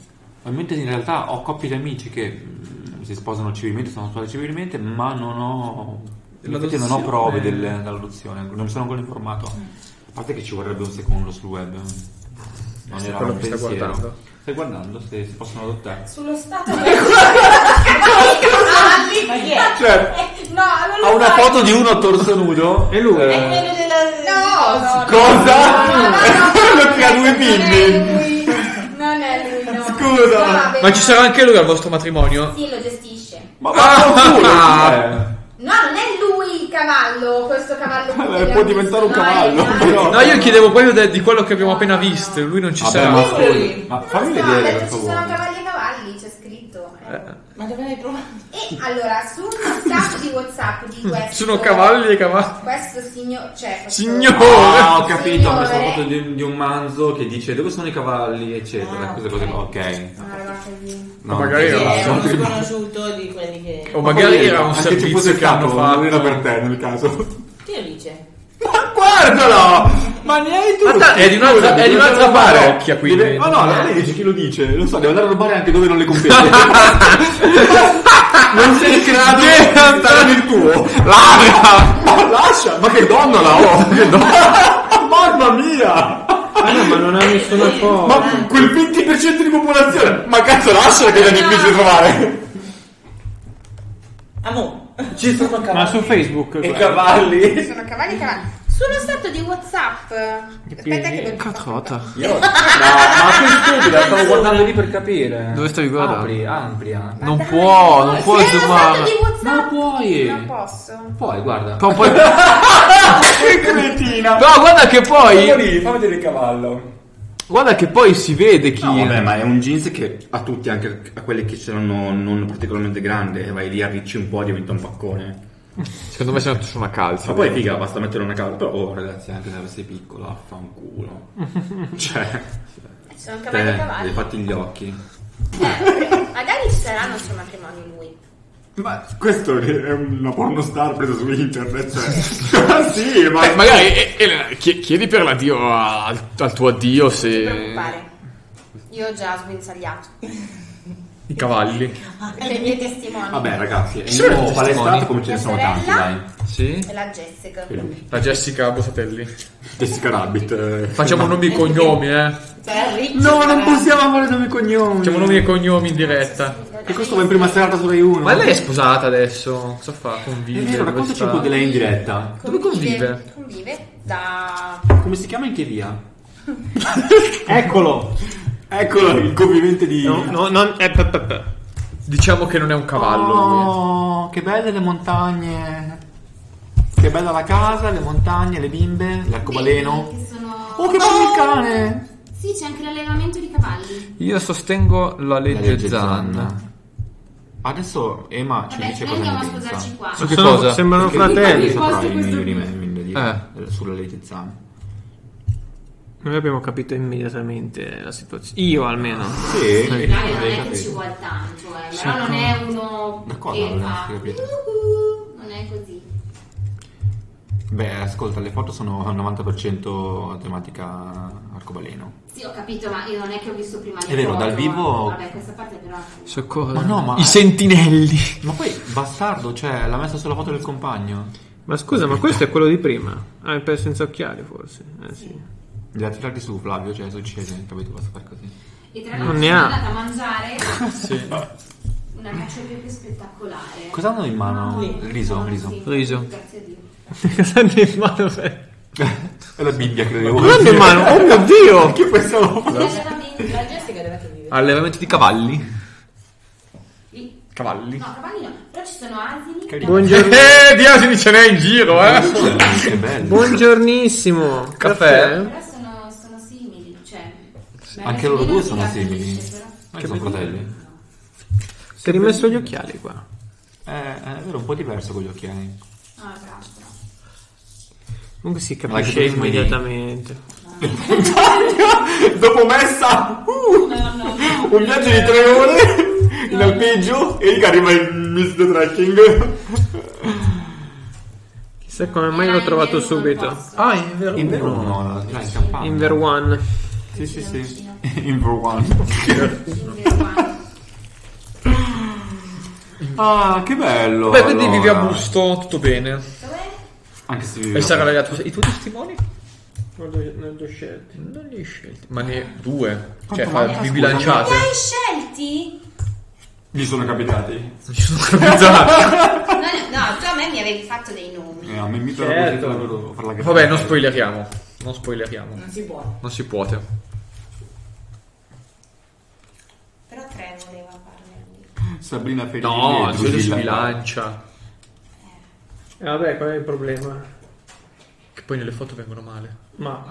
S4: Ho in mente in realtà ho coppie di amici che mm, si sposano civilmente, sono sposati civilmente, ma non ho. in effetti non ho
S1: L'adozione.
S4: prove del-
S1: Eh.
S4: dell'adozione, non mi sono ancora informato. A parte che ci vorrebbe un secondo sul web. Non
S1: Questo è
S4: era
S1: quello
S4: un
S1: che sta
S4: pensiero.
S1: guardando.
S4: Stai guardando se si possono adottare.
S5: Sullo
S3: (laughs)
S5: stato del
S3: ma chi è?
S4: Cioè,
S5: (laughs) No, non lo
S4: ha una
S5: so.
S4: foto di uno a torso nudo.
S2: E lui?
S4: eh.
S3: È quello
S5: No,
S3: della
S5: no, no,
S4: Cosa?
S5: no, no, no,
S4: È (laughs) quello che ha due
S5: bimbi. Non è lui, no.
S4: Scusa.
S5: No, vabbè,
S1: Ma ci sarà anche lui al vostro matrimonio?
S5: Sì, lo gestisce.
S4: Ma va a culo!
S1: Ah!
S4: eh.
S5: No, non è lui il cavallo, questo cavallo. qui
S4: Vabbè,
S5: che
S4: può
S5: l'ha
S4: diventare un
S5: visto. No,
S4: cavallo,
S5: è-
S4: però.
S1: No, io chiedevo proprio de- di quello che abbiamo appena visto. Lui non ci
S4: Vabbè,
S1: sarà.
S4: ma
S1: Ma...
S4: scusa, ma fammi
S5: non lo so, ha
S4: vedere
S5: detto
S4: per
S5: Ah,
S4: favore.
S5: Ci sono cavalli e cavalli, c'è scritto. eh.
S3: Ma dove l'hai provato?
S5: E allora, su uno stato di WhatsApp
S4: (laughs)
S5: di questo.
S1: Sono cavalli e cavalli.
S5: Questo signor. Cioè, questo-
S1: Signore!
S4: Ah, ho capito, ho messo la
S5: Signore.
S4: foto di, un- di un manzo che dice dove sono i cavalli, eccetera.
S3: Ah,
S4: Queste
S3: ok.
S4: cose qua, ok.
S5: Ah, va così.
S1: Ma magari
S4: non
S1: era
S4: so.
S3: È uno sconosciuto di quelli che...
S1: O magari era un
S4: Anche ci
S1: servizio
S4: fosse
S1: che hanno
S4: stato,
S1: fatto.
S4: Non era per te nel caso.
S3: Chi lo dice?
S4: Ma guardalo! Ma ne hai tu?
S1: Ma dai, è di un'altra-
S4: Scusa,
S1: è di
S4: Cioè, devi
S1: un'altra
S4: andare a rubare.
S1: parrocchia, quindi.
S4: Deve- Ma no, lei dice chi lo dice. Non so, devo andare a rubare anche dove non le compete. non sei in grado di stare nel tuo.
S1: Lara!
S4: Ma lascia, ma che donna la ho! Che donna! Mamma mia!
S2: Ah, no, ma non ha nessuno cosa.
S4: Ma quel 20% di popolazione! Ma cazzo lascia che è difficile trovare!
S3: Amo.
S4: Ci sono
S2: Ma su Facebook. eh.
S4: E
S2: guarda.
S5: Ci
S4: cavalli!
S5: Sono cavalli e cavalli. Sullo stato di WhatsApp. Aspetta che lo
S4: Io... No, ma che stupido, stavo guardando lì per capire.
S1: Dove stavi guardando?
S4: Apri, amplia.
S5: Ma
S1: Non
S5: dai,
S1: può, non
S5: se
S1: può
S5: è lo stato
S1: zoomare.
S5: di WhatsApp.
S4: Non puoi.
S5: Non posso.
S4: Poi, guarda.
S1: Poi- poi-
S4: Che cretina!
S1: No, guarda che poi.
S4: Lì, fa vedere il cavallo.
S1: Guarda che poi si vede chi.
S7: No, vabbè, ma è un jeans che a tutti, anche a quelli che c'erano non particolarmente grande, vai lì arricci un po' diventa un paccone.
S1: Secondo me si è andato su una calza.
S7: Ma poi figa, basta mettere una calza. Però, oh ragazzi, anche se sei piccolo,
S4: (laughs)
S7: affanculo. cioè,
S5: Ci sono
S7: te,
S4: Eh,
S5: cavalli e
S7: devi
S5: cavalli.
S7: fatti gli occhi.
S5: Eh, magari ci saranno il suo matrimonio lui.
S6: Ma questo è una pornostar presa su internet, cioè.
S7: (laughs)
S6: (laughs) Ah, sì, ma.
S1: Eh, magari eh, Elena, chie- chiedi per l'addio a- al, al tuo addio
S5: Non ti
S1: se.
S5: preoccupare. Io ho già sguinzagliato.
S1: I cavalli.
S5: le mie testimoni.
S4: Vabbè, ragazzi,
S1: Ci sono
S4: è
S1: testimoni?
S4: palestrato come ce ne sono tanti, dai.
S1: Sì.
S5: E la Jessica.
S1: La Jessica Bossatelli.
S8: Jessica Rabbit. eh.
S1: Facciamo nomi e cognomi, eh.
S5: Cioè, Ricky
S4: No, non
S5: sarà-
S4: possiamo fare nomi e cognomi.
S1: Facciamo nomi e cognomi in diretta.
S4: Che questo va in prima serata su Rai 1.
S1: Ma lei è sposata adesso? Cosa fa? Convive?
S4: È vero,
S1: dove
S4: raccontaci
S1: sta?
S4: un po' di lei in diretta.
S1: Dove convive?
S5: Convive da...
S4: Come si chiama in che (laughs) via?
S2: Eccolo!
S8: Eccolo il convivente di.
S2: No, no, non è pe, pe, pe.
S1: Diciamo che non è un cavallo. lui.
S4: Oh, che belle le montagne. Che bella la casa, le montagne, le bimbe, l'arcobaleno.
S5: Che sono...
S4: Oh, che bello il cane.
S5: Sì, c'è anche l'allevamento di cavalli.
S1: Io sostengo la legge, Zanna.
S4: Adesso Emma ci
S5: Vabbè,
S4: dice
S5: noi
S4: cosa
S5: andiamo a
S4: ne pensa.
S5: sposarci qua.
S1: Su che cosa?
S2: Sembrano
S4: Perché lui
S2: fratelli.
S4: sa proprio meglio di me, meglio di me, sulla legge Zanna.
S2: Noi abbiamo capito immediatamente la situazione. Io almeno.
S4: Sì,
S5: In finale non è che ci vuole tanto, eh, però non è uno
S4: D'accordo,
S5: che
S4: allora,
S5: fa...
S4: sì, capito.
S5: "Uhu", Non è così.
S4: Beh, ascolta, le foto sono al 90% tematica arcobaleno.
S5: Sì, ho capito, ma io non è che ho visto prima le
S4: È vero,
S5: foto.
S4: dal vivo-
S5: Vabbè, questa parte però...
S2: Soccorso.
S4: Ma no, ma-
S1: I sentinelli.
S4: Ma poi, bastardo, cioè, l'ha messa sulla foto del compagno.
S2: Ma scusa, ma questo è quello di prima? Ah, è per senza occhiali forse. Eh sì.
S4: Li ha tirati su, Flavio, cioè, succede, capito? Basta fare così.
S5: E tra
S2: Non
S5: l'altro
S2: ne
S5: sono
S2: ha.
S5: andata a mangiare
S1: Sì.
S5: una cacciopepe spettacolare.
S4: Cosa hanno in mano?
S5: Sì.
S4: Il riso, il riso. (laughs)
S5: Sì,
S2: Riso.
S5: Grazie a Dio.
S2: (laughs) Cosa hanno in mano? Cosa
S4: È la Bibbia, credevo.
S2: hanno in (laughs) mano? Oh mio Dio!
S4: Che pensavo?
S5: L'allevamento,
S3: La Jessica dov'è che vive?
S1: Allevamento di cavalli.
S5: lì.
S1: Cavalli.
S5: No, cavalli no, però ci sono asini.
S4: Carino.
S2: Buongiorno.
S1: Eh, Diasini ce n'è in giro, eh.
S4: Che bello.
S2: Buongiornissimo.
S1: Caffè?
S5: Però sono, sono simili, cioè... beh,
S4: Anche loro due sono
S5: non si
S4: simili.
S5: capisce, però.
S4: Ma sono fratelli.
S2: Si è rimesso gli occhiali qua.
S4: Eh, è vero, un po' diverso con gli (laughs) occhiali.
S5: Ah, bravo, bravo.
S2: Comunque si
S4: Ma che
S2: capisce
S4: bello.
S2: immediatamente.
S8: Dopo messa uh, un viaggio di tre ore in alpeggio e lì che arriva il misto trekking.
S2: Chissà come mai l'ho trovato subito. Ah, in vero.
S4: In vero no, là in campagna.
S2: In vero one.
S4: Sì, sì, sì.
S8: In for one.
S5: eh,
S4: Ah, che bello.
S1: Beh, quindi vivi a
S4: allora.
S1: Busto, tutto bene.
S4: Anche se
S1: E
S4: vivi
S1: Sara
S4: a
S1: ragazzi, i tuoi testimoni?
S2: Non li ho scelti.
S1: Non li hai scelti. Ma ne due. Cioè, fa-
S4: Quanto manca,
S1: vi
S4: scusa?
S1: bilanciate.
S5: Li hai scelti?
S8: Mi sono capitati.
S1: Mi sono organizzati.
S5: No, no, no, tu a me mi avevi fatto dei nomi.
S4: Eh, a me mi
S2: Certo.
S4: trovo fare la
S1: (laughs)
S4: gara.
S1: Vabbè, non spoileriamo. Non spoileriamo.
S3: Non si può.
S1: Non si può. te.
S5: Però tre voleva farne lui.
S4: Sabrina Ferini
S1: No,
S4: e
S1: se lo si
S4: Drusilla.
S1: bilancia.
S2: E Eh, vabbè, qual è il problema?
S1: Che poi nelle foto vengono male.
S2: Ma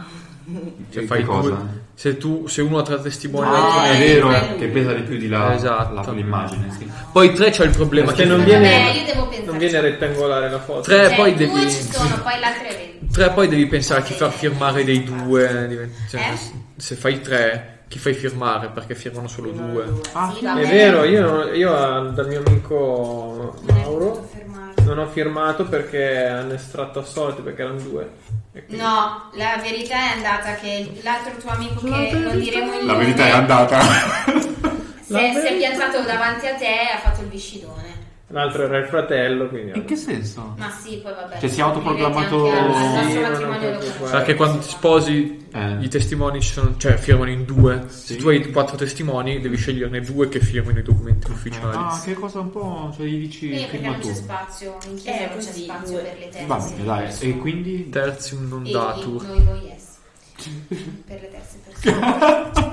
S1: Cioè,
S4: Che
S1: fai
S4: cosa?
S1: due- Se tu, se uno ha tre testimoni.
S4: Ah, è vero, eh, che pesa di più di là
S1: Esatto.
S4: la- l'immagine, sì.
S1: Poi tre c'è il problema.
S2: Perché
S1: che
S2: non
S1: tre-
S2: viene-
S5: Vabbè, io devo
S4: Esatto.
S5: pensare.
S2: non viene rettangolare la foto.
S1: Tre
S5: Cioè,
S1: poi
S5: due
S1: devi.
S5: ci sono, poi l'altra è venti.
S1: Tre poi devi pensare a chi far firmare dei due. divent- Cioè,
S5: Eh?
S1: se- se fai tre, chi fai firmare? Perché firmano solo due.
S4: Ah,
S5: Sì, vabbè.
S2: È vero, io, non- io ah, dal mio amico
S5: Non hai potuto
S2: Mauro
S5: fermarlo.
S2: non ho firmato perché hanno estratto a soldi perché erano due. E quindi-
S5: No, la verità è andata che l'altro tuo amico che non diremo il
S8: La
S5: nome,
S8: verità è andata.
S5: si è, si è piazzato davanti a te e ha fatto il viscidone.
S2: L'altro era il fratello, quindi...
S4: In che senso?
S5: Ma sì, poi vabbè.
S4: Cioè, si è autoproclamato-
S5: Al al nostro
S2: Sì,
S5: matrimonio
S2: non ho
S5: lo
S2: capito.
S5: conosco.
S1: Sa che quando ti sposi
S4: Eh.
S1: i testimoni ci sono, cioè, firmano in due. Se tu hai quattro testimoni, devi sceglierne due che firmano i documenti ufficiali.
S4: Ah, che cosa un po'. Cioè, gli dici
S5: Sì, Eh, perché
S4: prima
S5: non c'è
S4: tu.
S5: spazio, in chiesa
S3: Eh,
S5: non c'è
S3: così,
S5: spazio
S3: due.
S5: per le terze.
S4: Va bene, dai. E quindi.
S1: Terzium non
S5: E
S1: datur.
S5: noi voi yes. Per
S8: (laughs)
S5: le terze persone.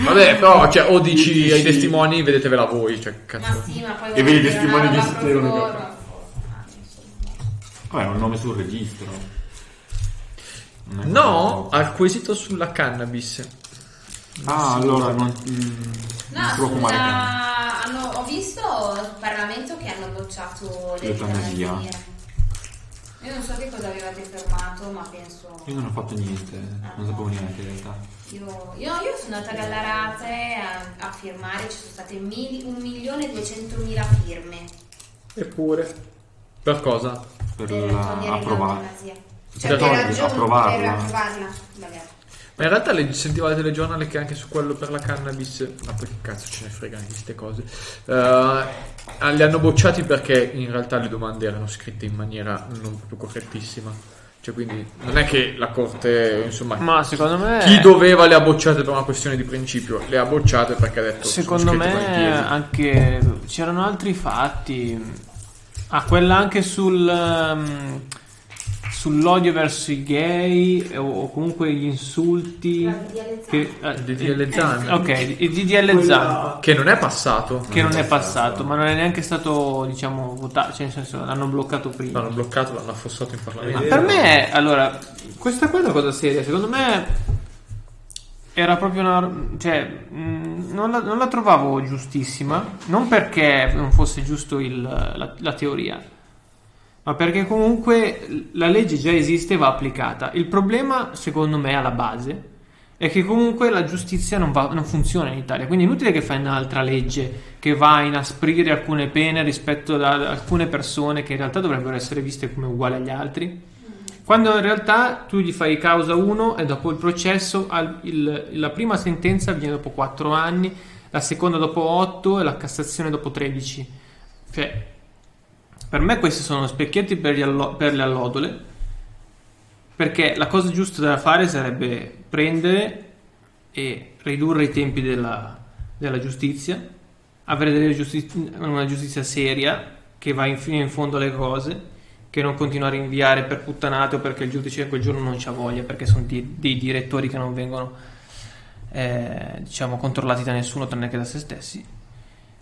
S1: Vabbè, però, cioè, o dici ai testimoni, vedetevela voi. Cioè,
S5: Ma
S1: cazzo.
S5: sì, ma poi...
S8: E vedi i testimoni di Stefano che-
S5: ah,
S4: Vabbè, è un nome sul registro. Non è
S1: No,
S4: proprio-
S1: al quesito sulla cannabis.
S4: Ah, allora non. mm, non si può
S5: No,
S4: fumare cane.
S5: sulla- hanno- ho visto il Parlamento che hanno bocciato
S4: L'eutanasia.
S5: l'eutanasia. Io non so che cosa avevate fermato, ma penso...
S4: Io non ho fatto niente, non sapevo niente in realtà.
S5: Io, io, io sono andata a Gallarate a, a firmare, ci sono state 1.200.000 firme
S2: Eppure...
S1: Per cosa?
S4: Per
S5: per
S4: la-
S5: togliere
S4: approvare.
S5: l'eutanasia.
S4: Per
S5: Cioè, per,
S4: togliere,
S5: raggiung-
S4: approvarla.
S5: per approvarla. Vabbè.
S1: Ma in realtà leggi- sentivo al telegiornale che anche su quello per la cannabis, ma poi che cazzo ce ne frega anche queste cose, Eh, ah, li hanno bocciati perché in realtà le domande erano scritte in maniera non proprio correttissima. Cioè quindi non è che la corte, insomma,
S2: Ma secondo me.
S1: chi doveva le ha bocciate per una questione di principio, le ha bocciate perché ha detto... sono
S2: Secondo
S1: scritte
S2: me
S1: maldiesi.
S2: anche c'erano altri fatti. Ah, quella anche sul ehm, sull'odio verso i gay o, o comunque gli insulti
S5: La DDL
S2: che, eh,
S1: Il DDL Zan.
S2: Ok, il DDL Zan
S1: Che non è passato.
S2: che non è passato, ma non è neanche stato, diciamo, votato, cioè nel senso l'hanno bloccato prima.
S1: L'hanno bloccato, l'hanno affossato in Parlamento.
S2: Ma per me, allora, questa qua è una cosa seria. Secondo me era proprio una. cioè, mh, non la, non la trovavo giustissima. Non perché non fosse giusto il- la, la teoria, ma perché comunque la legge già esiste e va applicata. Il problema, secondo me, alla base è che comunque la giustizia non, va- non funziona in Italia. Quindi è inutile che fai un'altra legge che va a inasprire alcune pene rispetto ad alcune persone che in realtà dovrebbero essere viste come uguali agli altri. Quando in realtà tu gli fai causa 1 e dopo il processo al- il- la prima sentenza viene dopo 4 anni, la seconda dopo 8 e la Cassazione dopo 13. Cioè, per me questi sono specchietti per, gli allo- per le allodole, perché la cosa giusta da fare sarebbe prendere e ridurre i tempi della, della giustizia, avere delle giusti- una giustizia seria che va in- fino in fondo alle cose, che non continua a rinviare per puttanate o perché il giudice quel giorno non c'ha voglia, perché sono di- dei direttori che non vengono eh, diciamo, controllati da nessuno tranne che da se stessi.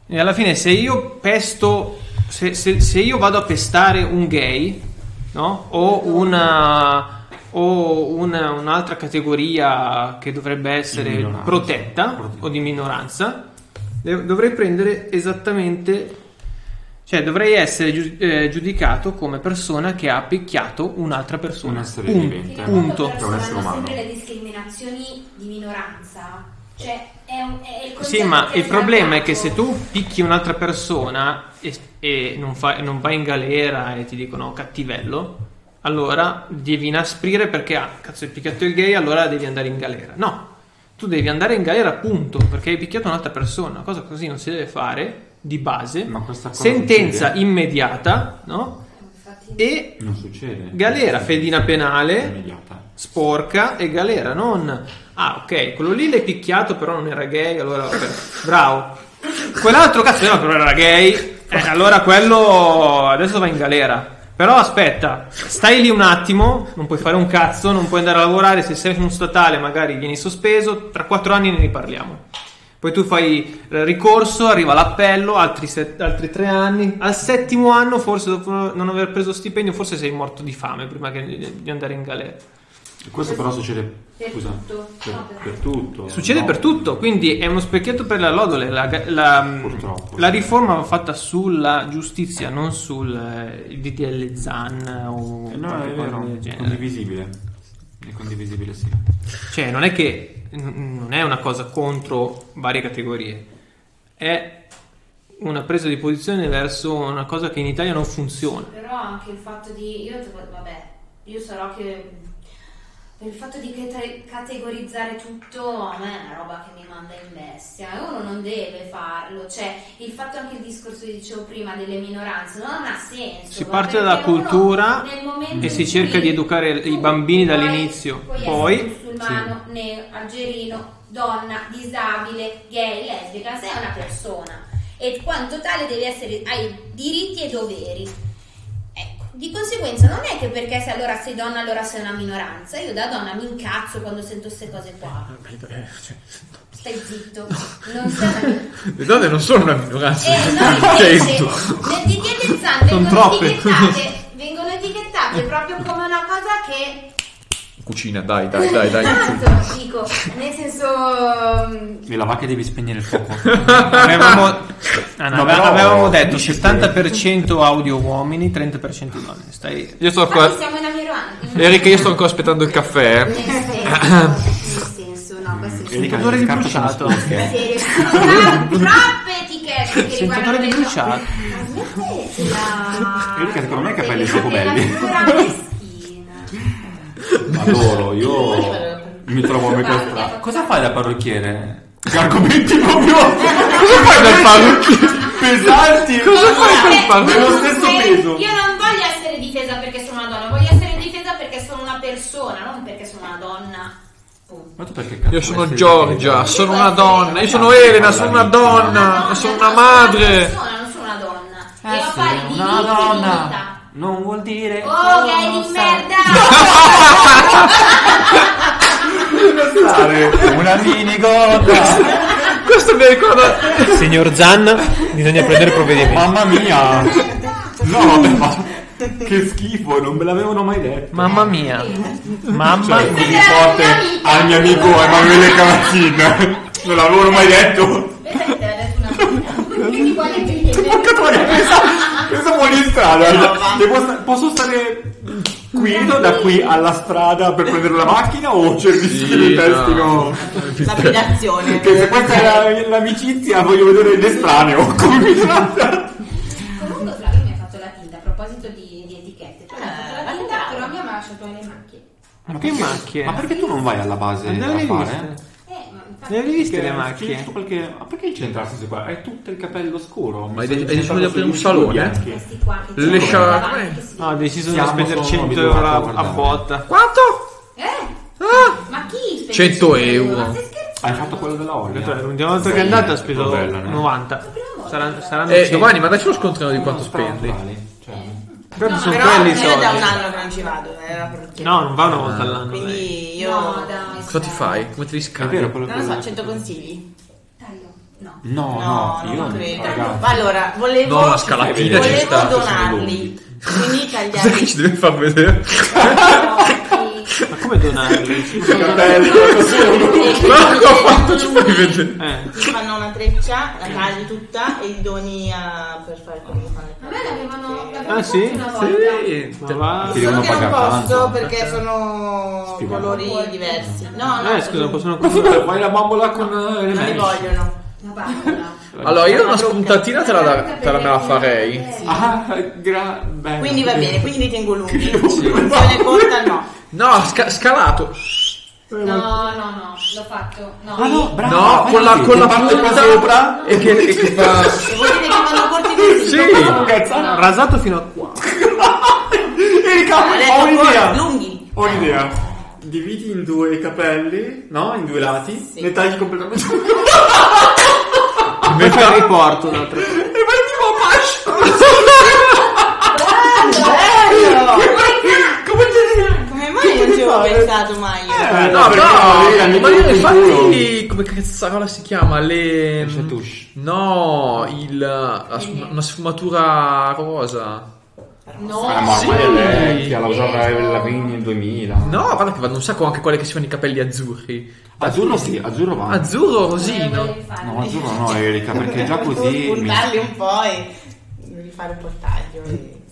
S2: E alla fine, se io pesto, se, se- se io vado a pestare un gay, no? O una. O una- un'altra categoria che dovrebbe essere
S4: minoranza.
S2: protetta o di minoranza, de- dovrei prendere esattamente. Cioè, dovrei essere giu- eh, giudicato come persona che ha picchiato un'altra persona.
S4: Un essere
S2: Punto.
S4: vivente.
S2: Punto.
S5: Però
S4: È un essere
S5: saranno
S4: umano.
S5: sempre le discriminazioni di minoranza. Cioè, è, un, è il
S2: Sì,
S5: concetto
S2: ma
S5: che
S2: il
S5: abbiamo
S2: problema è
S5: dato.
S2: che se tu picchi un'altra persona e, e non, fa- e non vai in galera e ti dicono cattivello, allora devi inasprire perché, ah, cazzo, hai picchiato il gay, allora devi andare in galera. No, tu devi andare in galera, punto, perché hai picchiato un'altra persona, cosa così non si deve fare di base.
S4: Ma questa cosa
S2: Sentenza
S4: succede?
S2: immediata, no?
S5: Infatti,
S2: E
S4: Non succede.
S2: galera, fedina penale
S4: Immediata.
S2: sporca e galera, non ah ok, quello lì l'hai picchiato però non era gay, allora vabbè, bravo. Quell'altro cazzo no, però era gay, eh, allora quello adesso va in galera. Però aspetta, stai lì un attimo, non puoi fare un cazzo, non puoi andare a lavorare, se sei un statale magari vieni sospeso, tra quattro anni ne riparliamo. Poi tu fai eh, ricorso, arriva l'appello, altri, set- altri tre anni. Al settimo anno, forse dopo non aver preso stipendio, forse sei morto di fame prima che- di andare in galera.
S4: Questo però succede.
S5: Per
S4: scusa,
S5: tutto.
S4: Per,
S5: No, per-
S4: per tutto.
S2: Succede
S4: No.
S2: per tutto, quindi è uno specchietto per la lodole. La, la-
S4: Purtroppo.
S2: la riforma va fatta sulla giustizia, non sul eh, DDL Zan o
S4: Eh, No,
S2: qualche
S4: è
S2: cosa
S4: vero.
S2: del
S4: È
S2: genere.
S4: condivisibile. È condivisibile, sì.
S2: Cioè, non è che n- non è una cosa contro varie categorie, è una presa di posizione verso una cosa che in Italia non
S4: (laughs)
S2: funziona.
S5: Però anche il fatto di. Io trovo- vabbè, io sarò che. per Il fatto di cate- categorizzare tutto a me è una roba che mi manda in bestia e uno non deve farlo, cioè il fatto anche il discorso che dicevo prima delle minoranze non ha senso.
S2: Si
S5: ma
S2: parte
S5: perché
S2: dalla
S5: uno
S2: cultura
S5: nel momento
S2: e si
S5: in
S2: cerca
S5: cui
S2: di educare
S5: tu
S2: i bambini
S5: puoi-
S2: dall'inizio.
S5: puoi
S2: Poi-
S5: essere musulmano, nero, algerino, donna, disabile, gay, lesbica, sei una persona e quanto tale devi essere, hai diritti e doveri. Ecco, di conseguenza non è che perché se allora sei donna allora sei una minoranza, io da donna mi incazzo quando sento queste cose qua.
S1: Eh,
S5: Stai zitto, non sei una minoranza.
S1: Le donne non sono una minoranza.
S5: Eh, no,
S1: (laughs) Cioè,
S5: invece,
S1: tu-
S5: le etichette Zan
S2: Sono
S5: vengono
S2: troppe.
S5: etichettate, vengono etichettate proprio come una cosa che
S1: Cucina, dai, dai, dai, dai.
S5: tanto dico, nel senso mm,
S4: E la vacca devi spegnere il fuoco.
S2: Avevamo, ah, no,
S4: No,
S2: ave-
S4: però-
S2: avevamo detto 70% audio uomini, 30% donne. Stai...
S1: Io sto
S5: infatti
S1: ancora.
S5: siamo in Amiruana.
S1: Erika, io sto ancora aspettando il caffè. eh.
S5: Nel senso, nel senso, no, questo è
S4: Erika,
S2: odore di
S4: scarpa
S2: bruciato.
S4: sono sporche.
S5: serio. Tro- Troppe etichette che
S2: Sento
S5: riguardano
S2: odore di
S5: le
S2: bruciato.
S5: Smettetela.
S4: Erika, secondo me i capelli sono
S5: Della
S4: belli.
S5: figura meschina.
S4: Adoro,
S3: Io
S4: io.
S3: volevo
S7: mi trovo a metà
S5: Guarda,
S7: strada.
S5: ecco,
S4: Cosa fai da parrucchiere?
S7: Che argomenti proprio! Cosa fai dal parrucchiere? Pesanti!
S1: Cosa fai
S5: Guarda,
S1: col parrucchiere?
S7: Dello stesso
S5: eh,
S7: peso.
S5: Io non voglio essere difesa perché sono una donna, voglio essere difesa perché sono una persona, non perché sono una donna. Punto.
S4: Ma tu perché cazzo?
S1: Io sono
S4: sei-
S1: Giorgia, sono una donna, io sono Elena, sono una donna, sono una madre.
S5: Sono una persona, non sono una donna.
S4: Eh
S5: e ho
S4: sì,
S5: pari diritti
S4: una
S5: di vita.
S4: donna. Non vuol dire...
S5: Oh, gay di
S4: cosa.
S5: merda!
S4: Una minigotta.
S1: Questo mi ricorda
S4: (laughs)
S9: Signor Zanna, bisogna prendere provvedimenti.
S4: Mamma mia.
S6: No, vabbè, ma che schifo, non me l'avevano mai detto.
S9: Mamma mia. Mamma
S6: Cioè,
S9: mia.
S6: quindi forte al mio amico Emanuele Cavazzin. Non l'avevo mai detto.
S5: (laughs) Pensa che te l'ha detto una donna. Quindi quale gay?
S6: Porca troia, pensa, pensa fuori in strada. Cioè, Devo sta- posso stare qui no, da qui alla strada per prendere la macchina o c'è il rischio
S1: Sì,
S6: di
S1: no.
S6: testino?
S3: Lapidazione.
S6: Perché se questa è la- l'amicizia voglio vedere l'estraneo come mi tratta.
S5: Comunque Flavio mi ha fatto la tinta, a proposito di, di etichette. Tu mi hai
S3: Eh,
S5: fatto la
S3: ma
S5: tinta,
S3: dai.
S5: però mia mi ha lasciato le macchie.
S2: Ma che macchie?
S4: Ma perché tu non vai alla base
S2: Nelle
S4: a fare?
S2: riviste.
S5: Eh, ma infatti...
S2: Nelle riviste le
S4: Perché-
S2: macchie.
S4: tutto qualche- Ma perché c'entrarsi su qua? Hai tutto il capello scuro.
S1: Ma hai deciso di aprire un salone?
S5: Questi qua che
S1: Le
S5: sono
S1: sciarpe.
S5: davanti, che si-
S2: No, ho deciso di
S4: Siamo
S2: spendere
S4: solo
S2: 100
S4: abituati
S2: euro
S4: a
S2: a,
S4: guardare.
S2: botta.
S1: Quanto?
S5: Eh? Ma chi? spende
S1: 100 Ah! euro.
S5: Ma stai scherzando?
S4: Hai fatto quello della
S2: Cioè,
S4: Olga?
S2: L'ultima volta che è andata ho speso
S4: bella, no?
S2: 90. Saranno, saranno
S1: Eh,
S2: 100.
S1: Giovanni, ma dacci lo scontrino di quanto spendi.
S4: Cioè,
S3: Eh.
S2: Tanto
S5: No,
S2: sono
S5: però
S2: quelli
S3: io
S2: i
S3: da un
S2: soldi.
S3: anno che non ci vado, eh, era perché.
S2: No, non va una
S5: Ah,
S2: volta all'anno. lei.
S3: Quindi io.
S5: No, dai.
S1: Cosa ti fai? Come ti
S4: È
S1: riscavi?
S4: vero quello
S3: Non lo so, 100 consigli.
S5: Taglio.
S1: (laughs)
S5: No.
S4: No,
S3: No,
S4: no,
S3: non
S4: io Ah,
S3: credo.
S4: ragazzi.
S3: Ma allora, volevo.
S1: No, la scalatina
S3: volevo
S1: ci sta,
S4: ci sono
S3: donarli. Quindi
S1: Cos'è che
S3: tagliarli.
S1: (laughs) ci deve far vedere?
S5: Occhi.
S2: Ma come donarli?
S5: (laughs)
S1: (laughs) Ma ho fatto ci fai vedere.
S2: Eh.
S3: Ti fanno una treccia, la tagli tutta e li doni a... per fare come fare.
S5: A me l'avevano... l'avevano
S2: Ah, sì?
S5: fatto una volta.
S2: Ma va.
S4: Ti
S3: Solo che
S4: devono
S3: non
S4: pagare
S3: posso
S4: tanto.
S3: perché sono
S4: Spiegalo.
S3: colori diversi. No, no,
S2: Eh, scusa, non possono
S4: Fai la bambola con eh, le
S3: non li
S4: mani.
S3: vogliono.
S5: La bambola.
S1: Allora, io una spuntatina te la, te la, me la farei.
S4: Ah, gra- beh.
S3: Quindi va bene, quindi li tengo lunghi. Se ne conta (laughs) no.
S1: No, sca- scalato.
S5: No, no, no, l'ho fatto. No,
S4: Ah, no, brava,
S1: No,
S4: fai
S1: con la,
S4: così.
S1: con la
S6: parte
S1: punta
S6: qua sopra
S1: e che, e che fa...
S3: Se volete che vanno corti così.
S1: Sì!
S2: Ho rasato fino a qua.
S6: Erika,
S3: Ah, Ho
S6: ho
S3: detto
S6: un'idea.
S3: corti lunghi.
S6: Ho un'idea. Dividi in due i capelli, no? In due lati,
S3: Sì.
S6: ne tagli completamente. e poi
S2: Poi fai il riporto d'altra
S4: Eh,
S6: tipo Apache!
S3: Bello!
S6: Come ti
S3: Come mai non ci avevo pensato mai io?
S6: Eh,
S1: No,
S6: perché magari hanno
S1: no, ma io
S6: tutto il
S1: infatti... Come cazzarola si chiama? Le...
S4: chatouche.
S1: No, il... la sfuma- una sfumatura rosa.
S7: Ah,
S5: no.
S7: ma
S1: Sì.
S7: quella è vecchia, la usava la Vigna nel 2000.
S1: No, guarda che vanno un sacco anche quelle che si fanno i capelli azzurri.
S4: Azzurro sì, azzurro va.
S1: Azzurro
S5: Volevo
S1: Oh, rosino.
S5: rifarlo.
S4: No, azzurro no, Erika, perché già così mi
S3: Puntarli un po' e rifare un po' il taglio. e-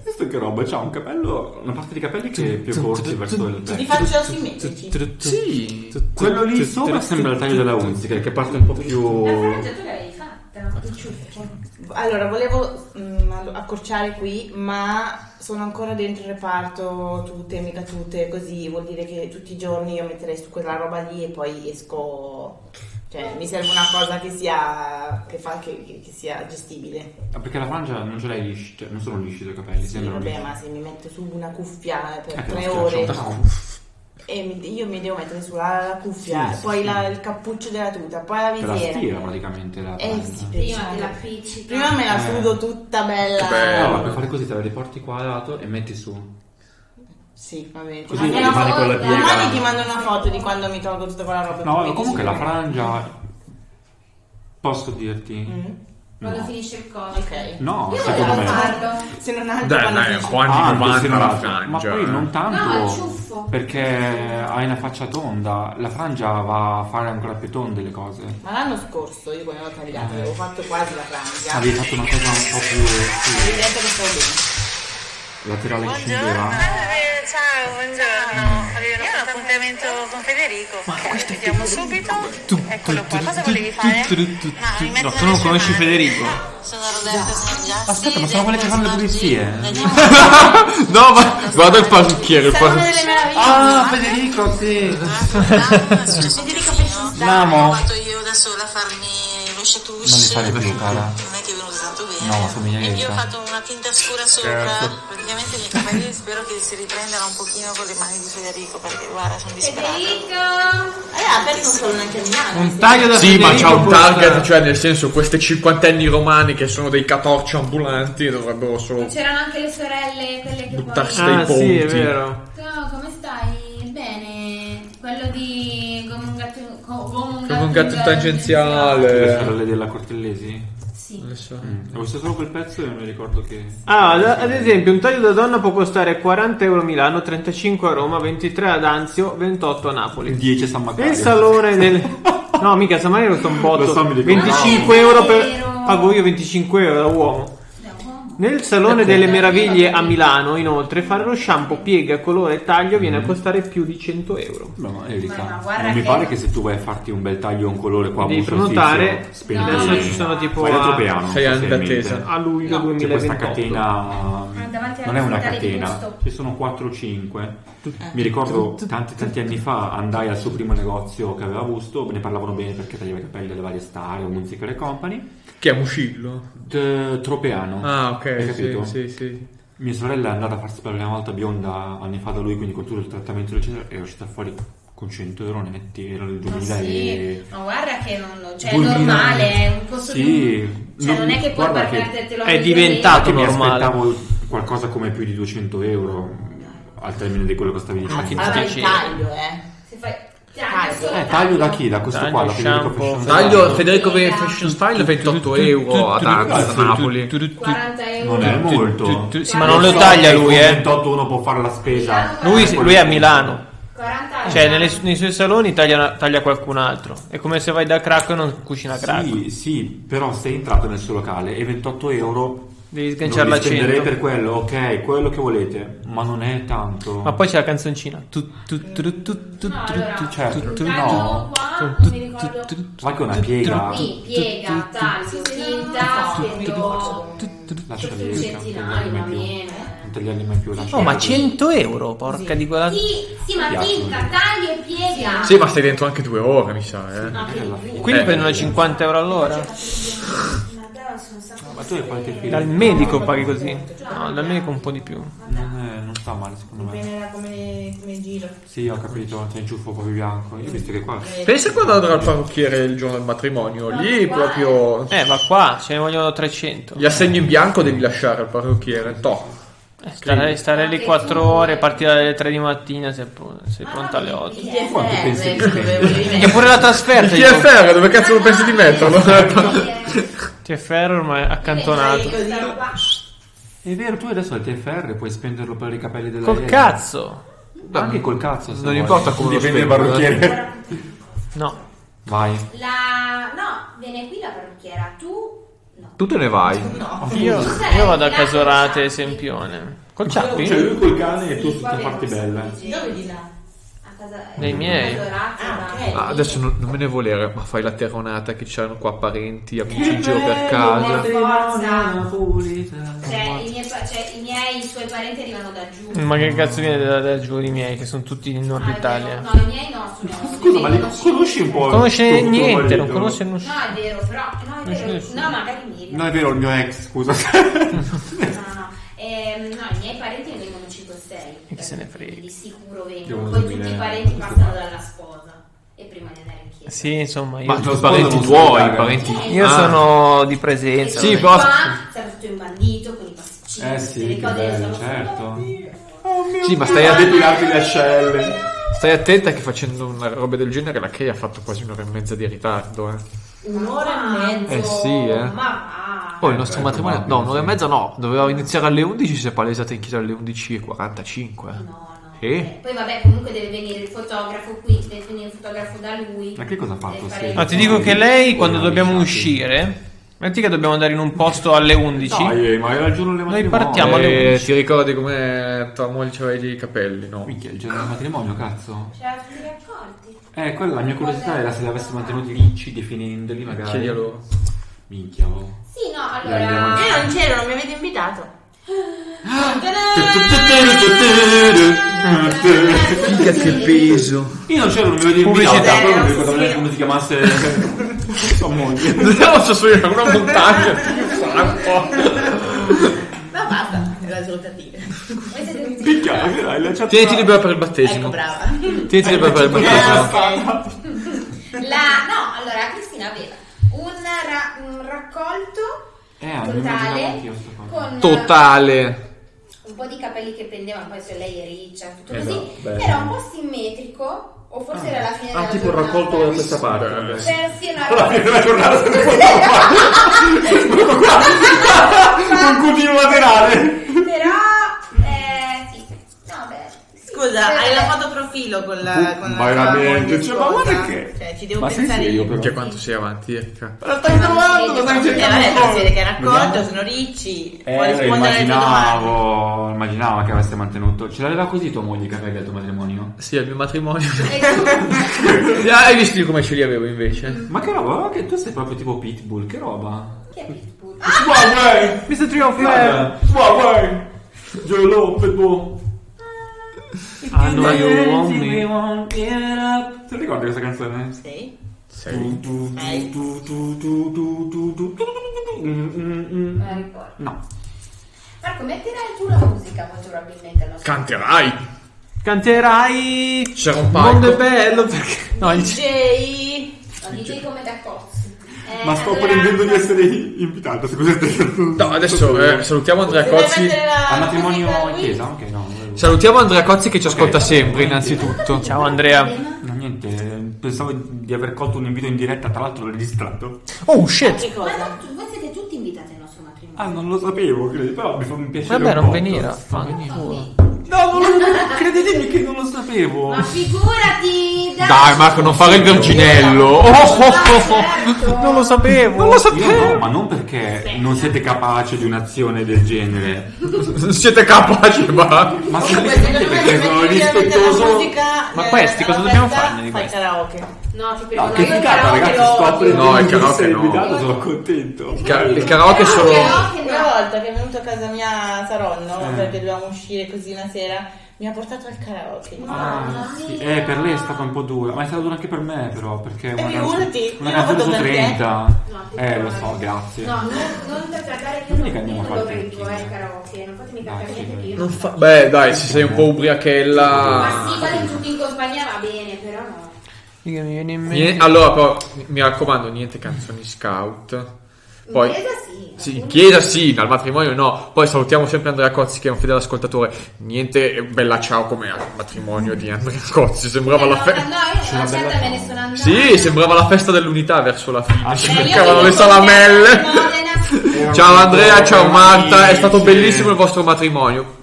S6: Questo che roba, c'ha un capello, una parte di capelli che è più corti verso il
S4: Eh,
S3: Li
S6: petto.
S3: faccio simmetrici.
S1: Sì.
S4: Quello lì sopra sembra il taglio della Unzica, che parte un po' più...
S5: La frangia tu l'avevi fatta. Il ciuffo.
S3: Allora, volevo mm, allo- accorciare qui, ma sono ancora dentro il reparto tute, mica tute, così vuol dire che tutti i giorni io metterei su quella roba lì e poi esco. Cioè, mi serve una cosa che sia. che, fa, che, che- che sia gestibile.
S4: Ah, perché la frangia non ce l'hai lisci, cioè non sono lisci i tuoi capelli,
S3: Sì,
S4: sembrano
S3: vabbè,
S4: lisci.
S3: ma se mi metto su una cuffia per
S4: Eh, che
S3: tre
S4: non
S3: ore.
S4: schiaccia.
S3: no. E mi- io mi devo mettere sulla la cuffia,
S4: Sì, sì,
S3: poi
S4: sì.
S3: la- il cappuccio della tuta, poi la
S4: Te la
S3: visiera.
S4: stira praticamente la
S3: Eh,
S4: frangia.
S3: sì,
S5: Prima della
S3: prima,
S5: appiccica.
S3: prima me la
S4: Eh.
S3: sudo tutta bella.
S1: Che bello.
S4: No, ma puoi fare così, te la riporti qua a lato e metti su.
S3: Sì, va bene.
S4: Così
S5: Anche
S3: Mandami
S5: la
S4: rimane
S5: volta.
S4: quella
S3: una- Domani ti
S4: piega.
S3: mando una foto di quando mi tolgo tutta quella roba.
S4: No,
S3: e
S4: vabbè,
S3: poi
S4: comunque
S3: dici-
S4: la frangia... Posso dirti?
S3: Mm,
S5: Quando
S4: No.
S5: finisce il coso.
S3: Ok.
S4: No,
S5: Io
S4: secondo
S5: volevo
S4: me...
S5: farlo.
S3: Se non altro
S1: Dai,
S3: quando
S1: dai,
S3: finisci-
S1: qua anni
S4: Ah, sì,
S1: 90 la
S4: sì, ma
S1: frangia.
S4: poi non tanto
S5: No, il ciuffo.
S4: perché hai una faccia tonda, la frangia va a fare ancora più tonde le cose.
S3: Ma l'anno scorso io quando l'ho tagliata avevo fatto quasi la frangia.
S4: Avevi fatto una cosa un po' più sì,
S3: Mi detto che stavo bene.
S4: laterale che scendeva.
S10: Eh, Ciao, buongiorno. Avevo un appuntamento con Federico. Eh, Vediamo subito. Eccolo qua. Cosa volevi fare? Ma mi metto
S2: No, tu non
S10: nelle sue
S2: conosci
S10: mani.
S2: Federico.
S10: No, Sono Roberta, sono Giassi.
S4: Aspetta, ma sono quelle che fanno le pulizie?
S1: No, ma guarda il parrucchiere. Il
S5: Salone
S1: parrucchiere.
S5: delle meraviglie.
S4: Ah, Federico, sì.
S5: Federico Pesciusta.
S4: Andiamo.
S10: Ho fatto io da sola a farmi lo shatush.
S4: Non mi fare più, cara.
S10: Non è che è venuto tanto bene.
S4: No, somiglia a
S10: E io ho
S4: Elsa.
S10: fatto una tinta scura sopra. Praticamente i miei capelli spero che si riprendano un pochino con le mani di Federico perché guarda, sono disperata.
S5: Federico.
S3: Allora, perché non sono neanche Eh, a Milano?
S2: Un taglio da
S1: Sì, ma
S2: Federico
S1: c'ha un
S2: costa-
S1: target, cioè nel senso queste cinquantenni romani che sono dei catorci ambulanti dovrebbero solo
S5: C'erano anche le sorelle, quelle che
S1: Buttarsi
S5: poi...
S1: dai
S2: Ah, sì, è
S1: ponti.
S2: vero.
S5: Ciao, come stai? Bene. Quello di come un gatto, co- come un
S1: come un
S5: gatto
S1: gatto tangenziale.
S4: Le sorelle Eh. della Cortellesi? Mm.
S5: Sì.
S1: Adesso-
S4: Ho visto solo quel pezzo e non mi ricordo che...
S2: Ah, ad ad esempio, un taglio da donna può costare 40 euro a Milano, 35 a Roma, 23 ad Anzio, 28 a Napoli.
S4: 10 San Macario.
S2: Il salone del... No, mica, Samani è rotto un botto.
S4: Lo so, mi ricordo.
S2: 25 euro per...
S5: Vero.
S2: Pago io 25 euro da uomo.
S5: Da uomo.
S2: Nel Salone delle Meraviglie a Milano, inoltre, fare lo shampoo, piega, colore e taglio viene a costare più di 100 euro.
S4: No, no, Erika,
S5: Ma no, guarda
S4: non mi
S5: che-
S4: pare che se tu vai a farti un bel taglio a un colore qua
S2: Devi
S4: Busto
S2: prenotare.
S4: Sizio,
S5: No.
S4: spendi-
S2: Adesso ci sono tipo
S4: Fai
S2: a-
S4: l'altro piano,
S1: sei anni
S4: probabilmente.
S1: d'attesa.
S2: A luglio
S4: C'è questa
S2: 2028.
S4: catena,
S5: Ah, davanti alla
S4: non è una
S5: catena di
S4: catena,
S5: Busto.
S4: ci sono 4 o 5. Mi ricordo tanti tanti anni fa andai al suo primo negozio che aveva Busto, me ne parlavano bene perché tagliava i capelli alle varie star, Unziker e company.
S1: Chi è Muscillo?
S4: D- Tropeano.
S1: Ah,
S4: Hai
S1: ok, sì,
S4: capito?
S1: sì, sì.
S4: Mia sorella è andata a farsi per la prima volta bionda anni fa da lui, quindi con tutto il trattamento eccetera, e è uscita fuori con 100 euro netti, era il
S5: Ma
S4: 2000
S5: sì,
S4: e...
S5: ma guarda che non, cioè, è
S4: 2000.
S5: normale, è un costo
S4: Eh, Sì.
S5: di... Cioè, non è che puoi
S4: Guarda che
S5: permettertelo
S2: è
S5: anche
S2: diventato-
S4: Che mi
S2: Normale.
S4: aspettavo qualcosa come più di 200 euro al termine di quello che stavi dicendo.
S9: chi-
S3: Allora,
S9: Sì.
S3: il taglio, eh.
S5: lì. Se fai... Taglio, solo
S4: Eh, taglio da chi? Da questo
S9: Taglio,
S4: qua, da Federico
S9: shampoo,
S4: Fashion
S1: Taglio
S4: Design.
S1: Federico Ve- Fashion Style 28 euro ad Anza, a Napoli.
S5: 40 euro.
S4: Non è molto.
S9: Sì, ma non
S4: Lo
S9: lo
S4: so
S9: taglia
S4: che
S9: lui,
S4: con
S9: eh.
S4: 28 uno può fare la spesa.
S9: Lui, lui è a Milano.
S5: 40
S4: Eh.
S5: euro.
S9: Cioè, nelle- nei suoi saloni taglia, taglia qualcun altro. È come se vai da crack e non cucina crack.
S4: Sì, sì, però sei entrato nel suo locale e 28 euro
S9: Devi
S4: non
S9: sganciare
S4: li
S9: la
S4: spenderei per
S9: 100.
S4: quello, ok, quello che volete, ma non è tanto.
S9: Ma poi c'è la canzoncina. Tu, tu, tu, tu, tu,
S5: No,
S9: tu,
S5: allora,
S9: tu,
S4: cioè,
S9: tu, tu,
S5: taglio
S4: no.
S5: qua,
S9: tu,
S5: non
S9: tu,
S5: mi ricordo.
S9: tu, tu,
S4: Ma che una piega.
S5: Qui, piega, taglio, tinta, spendo
S4: Lasciali
S5: un
S4: Erika,
S5: centinaio,
S4: non
S5: ma
S4: tagliarli mai più.
S5: viene.
S4: Non tagliarli mai più, lasciali
S9: Oh, ma
S4: così.
S9: 100 euro, porca di quella...
S5: Sì, sì, ma
S4: Piace.
S5: tinta, taglio e piega. Ah,
S1: Sì, ma stai dentro anche due ore, mi sa, eh.
S5: Ma che
S4: alla fine.
S9: Quindi
S1: Eh.
S9: prendono 50 euro all'ora?
S4: Ma tu hai qualche figlio?
S9: Dal medico paghi così? No, dal medico un po' di più.
S4: Non, è- non sta male secondo me.
S3: Dipende da come, come giro.
S4: Sì, ho capito, c'è ingiuffo proprio bianco. Io ho visto che qua.
S1: Pensa quando andrà al parrucchiere il giorno del matrimonio, lì proprio
S9: Eh, ma qua ce ne vogliono 300.
S1: gli assegni in bianco devi lasciare al parrucchiere, toh.
S9: Eh, Stare, stare
S5: Ah,
S9: lì 4 ore, partire alle 3 di mattina se sei pronto
S5: Ah,
S9: alle 8.
S3: Il
S4: Quanto
S3: TFR,
S4: pensi che
S3: dove volevi
S9: Che
S3: mettere.
S9: pure la (laughs)
S1: Il
S9: trasferta. gli-
S1: TFR, dove cazzo lo pensi di (laughs) metterlo?
S9: TFR ormai è accantonato.
S4: È vero, tu adesso al TFR puoi spenderlo per i capelli della
S9: Col
S4: Elena.
S9: cazzo!
S4: Anche col cazzo.
S1: Non
S4: se vuoi.
S1: importa come eh. lo
S6: Dipende dal
S1: spengo,
S6: parrucchiere.
S9: No.
S4: Vai.
S5: La... No, viene qui la parrucchiera, tu... No.
S1: Tu te ne vai.
S9: Io, io vado a Casorate e Sempione. Col
S4: Cioè,
S9: Ciappi?
S4: lui col cane e tu
S5: Sì,
S4: tutta
S5: vabbè,
S4: parte
S5: non so
S4: bella.
S5: come si dice.
S3: Dove di là?
S5: A casa...
S9: Dei miei.
S5: Casorate,
S3: Ah,
S5: da-
S3: ok.
S1: Ah, adesso non, non me ne volere, ma fai la terronata che c'erano qua parenti, amici in giro per
S4: eh,
S5: Per
S1: casa.
S5: forza. Cioè, i miei, pa- cioè, i miei, i suoi parenti arrivano da giù.
S9: Ma che cazzo viene da, da giù i miei, che sono tutti in
S5: Ah,
S9: Nord
S5: è vero.
S9: Italia?
S5: No, i miei no, sono...
S4: Scusa, ma li conosci un po'?
S9: Non conosce
S4: tuo- tuo
S9: niente,
S4: marito?
S9: non conosce
S5: No,
S9: nessuno.
S5: è vero, però... No, è
S9: c'è
S5: vero.
S9: nessuno.
S5: No, magari mi...
S4: No, è vero, il mio ex, scusa.
S5: No, no, no. Ehm, no, i miei parenti ne vengono 5 o 6.
S9: E chi se ne frega.
S5: Di sicuro
S4: Io
S5: vengono.
S4: voglio
S5: Poi tutti
S4: dormire-
S5: i parenti passano dalla sposa. E prima di andare in chiesa.
S9: Sì, insomma, io,
S1: Ma
S4: Lo
S1: i parenti
S4: sposo non
S1: tuoi,
S4: spiegare.
S1: i parenti...
S9: io
S1: Ah.
S9: sono di presenza.
S1: Sì,
S5: Sì,
S1: però-
S5: però... Qua sarà tutto imbandito con i pasticcini.
S4: Eh sì,
S5: le
S4: che
S5: cose
S4: bello,
S5: sono-
S4: certo.
S1: Sì, ma stai,
S4: Stai a
S1: a-
S4: depilarti le ascelle.
S1: stai attenta che facendo una roba del genere la Kay ha fatto quasi un'ora e mezza di ritardo, eh.
S3: Un'ora e mezza.
S1: Eh sì, eh.
S5: Ma va.
S1: Poi il nostro
S4: Eh,
S1: matrimonio,
S4: probabile,
S1: no, un'ora e
S4: sì.
S1: mezza no, doveva iniziare alle 11, si è palesata in chiesa alle 11.45.
S5: No, no. Eh,
S1: Sì.
S5: Poi vabbè, comunque deve venire il fotografo qui, deve venire il fotografo da lui.
S4: Ma che cosa ha fatto?
S5: Deve
S4: se-
S5: fare-
S9: No, Ah, ti dico che lei, quando
S4: Buona
S9: dobbiamo
S4: amicizia.
S9: uscire, metti che dobbiamo andare in un posto alle 11.
S4: Dai, ma era il giorno del
S9: Noi
S4: matrimonio.
S9: partiamo alle-
S1: E
S9: 11.
S1: Eh, ti ricordi come tua moglie aveva i capelli, no?
S4: Minchia, il giorno del matrimonio, cazzo.
S5: Cioè, tutti gli accordi.
S4: Eh, quella la mia
S1: Ah,
S4: curiosità era se li avessi mantenuti ricci, definendoli magari.
S1: Chiedi a loro.
S4: Minchia, oh.
S5: Sì, no, allora...
S3: Io non c'ero, non mi avete invitato.
S1: Minchia che peso.
S4: Io non c'ero, non mi vedo
S3: Pubblicità.
S4: invitato, però non mi
S3: Eh,
S4: ricordo
S3: sì.
S4: neanche come si chiamasse
S7: (laughs)
S4: sua moglie.
S1: Dobbiamo sostituire una montagna. Franco.
S3: Ma basta, era risultativa.
S5: Voi siete tutti-
S4: Picchia, che dai, la chat.
S1: Tieniti libero per il
S3: Ecco,
S1: battesimo.
S3: brava.
S1: Tieniti libero per il battesimo.
S3: Ok.
S5: La, no, allora Cristina aveva un, ra- un raccolto
S4: Eh, non immaginavo
S5: totale
S4: anch'io sta cosa.
S5: con eh,
S1: Totale.
S5: un po' di capelli che pendevano, poi se lei è riccia,
S4: Eh,
S5: tutto
S1: Esatto,
S5: così.
S1: bello.
S5: Era un po' simmetrico, o forse era la fine
S7: Ah,
S5: della
S7: tipo il raccolto da
S5: giornata.
S7: questa parte.
S5: Cioè, sì, una
S4: Alla fine della giornata un cutino laterale.
S5: Però, eh, sì. No, beh. sì.
S3: Scusa,
S5: Eh,
S3: hai la
S5: (laughs)
S3: foto profilo con la. Con
S4: Ma
S3: la-
S4: veramente,
S3: con
S4: cioè,
S3: la-
S4: ma guarda che-
S3: Cioè, ci devo
S4: Ma sei
S3: pensare
S4: serio
S3: io.
S4: però?
S1: Minchia quanto sei avanti. ecco. Erika.
S4: Ma la stai trovando, la stai
S3: Eh, vabbè,
S4: cercando.
S3: non si vede che era accorto,
S4: Vediamo.
S3: sono ricci. Puoi
S4: Eh,
S3: rispondere alle tue domande.
S4: immaginavo, immaginavo che avesse mantenuto. Ce l'aveva così tua moglie che aveva il tuo matrimonio?
S1: Sì, al mio matrimonio.
S5: E tu?
S1: (laughs) Ah, Hai visto io come ce li avevo invece?
S4: Ma che roba, ma che tu sei proprio tipo Pitbull, che roba?
S5: Chi è Pitbull?
S7: Ah!
S4: Huawei!
S2: Mr. Trionfale.
S4: Guarda, Huawei! Giolo, Pitbull!
S2: Ah, no, you want me.
S4: Ti ricordi questa canzone?
S3: Sì.
S1: Sei.
S5: Non la ricordo.
S4: No.
S5: Marco, metterai tu la musica molto probabilmente al nostro
S1: Canterai.
S2: Canterai.
S1: C'era un
S2: Mondo è
S1: palco.
S2: bello perché. No, il
S3: DJ.
S5: No, DJ come da cozzi. Eh,
S6: Ma sto
S5: allora-
S6: prendendo di essere invitato, scusate.
S1: No, adesso eh, salutiamo Andrea
S3: Devi
S1: Cozzi.
S3: mettere la.
S4: Cioè, Al matrimonio
S3: musica
S4: in
S3: qui?
S4: chiesa? Ok, no. non volevo.
S1: Salutiamo Andrea Cozzi che ci ascolta sempre, innanzitutto.
S9: Ciao Andrea.
S4: No, niente, pensavo di aver colto un invito in diretta, tra l'altro l'ho registrato.
S9: Oh shit.
S3: Che
S5: Ma
S3: cosa?
S5: no, tu- voi siete tutti invitati al nostro matrimonio.
S4: Ah, non lo sapevo, credo, però mi fa un piacere.
S9: Vabbè,
S4: un
S9: non
S4: botto.
S9: venire. Non
S5: No,
S9: venire.
S5: sì.
S4: No, non lo- credetemi che non lo sapevo.
S5: Ma figurati! Dai, certo.
S1: Dai Marco, non fare il verginello. Oh, oh, oh, oh.
S9: Non lo sapevo.
S1: Non lo
S4: Io no,
S1: sapevo.
S4: ma non perché non siete capaci di un'azione del genere.
S1: Non (laughs) siete capaci, ma.
S4: Ma
S3: Questi
S4: semplicemente
S3: due
S4: perché sono
S3: metti la
S4: rispettoso.
S3: musica,
S9: Ma
S3: eh,
S9: questi
S3: alla
S9: cosa dobbiamo
S3: festa,
S9: farne di
S3: fai
S9: questi?
S3: karaoke.
S5: No, ti prego,
S4: No,
S5: no,
S4: che
S5: io
S4: figata,
S5: karaoke
S4: ragazzi,
S5: lo
S4: sto
S5: odio.
S4: apprezzando
S1: No, il
S4: di
S1: karaoke
S4: essere
S1: no.
S4: invitato, sono contento.
S1: Il, ca- il karaoke è solo.
S5: Karaoke
S3: Una
S5: no.
S3: volta che è venuto a casa mia Saronno,
S4: Eh.
S3: perché dovevamo uscire così una sera, mi ha portato al karaoke.
S4: Ah, sì. Eh, per lei è stata un po' dura, ma è stata dura anche per me, però, perché una,
S3: figurati,
S4: una
S3: io non
S4: canzone su
S3: vado perché.
S4: 30.
S5: No, ti
S4: eh,
S5: prego,
S4: lo so,
S5: ragazzi.
S4: grazie.
S5: No, non, non per trattare che
S4: Non
S5: non,
S4: è che andiamo
S5: io
S4: a
S5: non
S4: fare
S5: lo bevo,
S4: trekking.
S5: eh, karaoke. Non fatemi cantare
S4: Dai, sì,
S5: niente
S4: dai.
S5: che io
S1: Non fa-
S5: faccio.
S1: Beh, dai, se sei un po' Ah,
S4: Ah.
S5: Ma sì,
S1: ubriachella.
S5: vale tutti in compagnia va bene, però no.
S9: Mica mi viene in
S1: Niente-
S9: mente.
S1: allora, però, mi- mi raccomando, niente canzoni scout.
S5: In
S1: Poi.
S5: chiesa sì.
S1: Sì, in
S5: appunto.
S1: chiesa sì, dal matrimonio no. Poi salutiamo sempre Andrea Cozzi che è un fedele ascoltatore. Niente bella ciao come al matrimonio di Andrea Cozzi, sembrava
S5: Eh,
S1: la
S5: no,
S1: festa.
S5: No, io
S4: una
S5: una certa
S4: bella
S5: me ne sono andata.
S1: Sì, sembrava la festa dell'unità verso la fine. Si
S5: Eh, io
S1: cercavano le
S5: vivo con
S1: salamelle.
S5: Piazza Modena.
S1: Ciao Andrea, ciao Marta, è stato
S4: Sì.
S1: bellissimo il vostro matrimonio.
S5: Io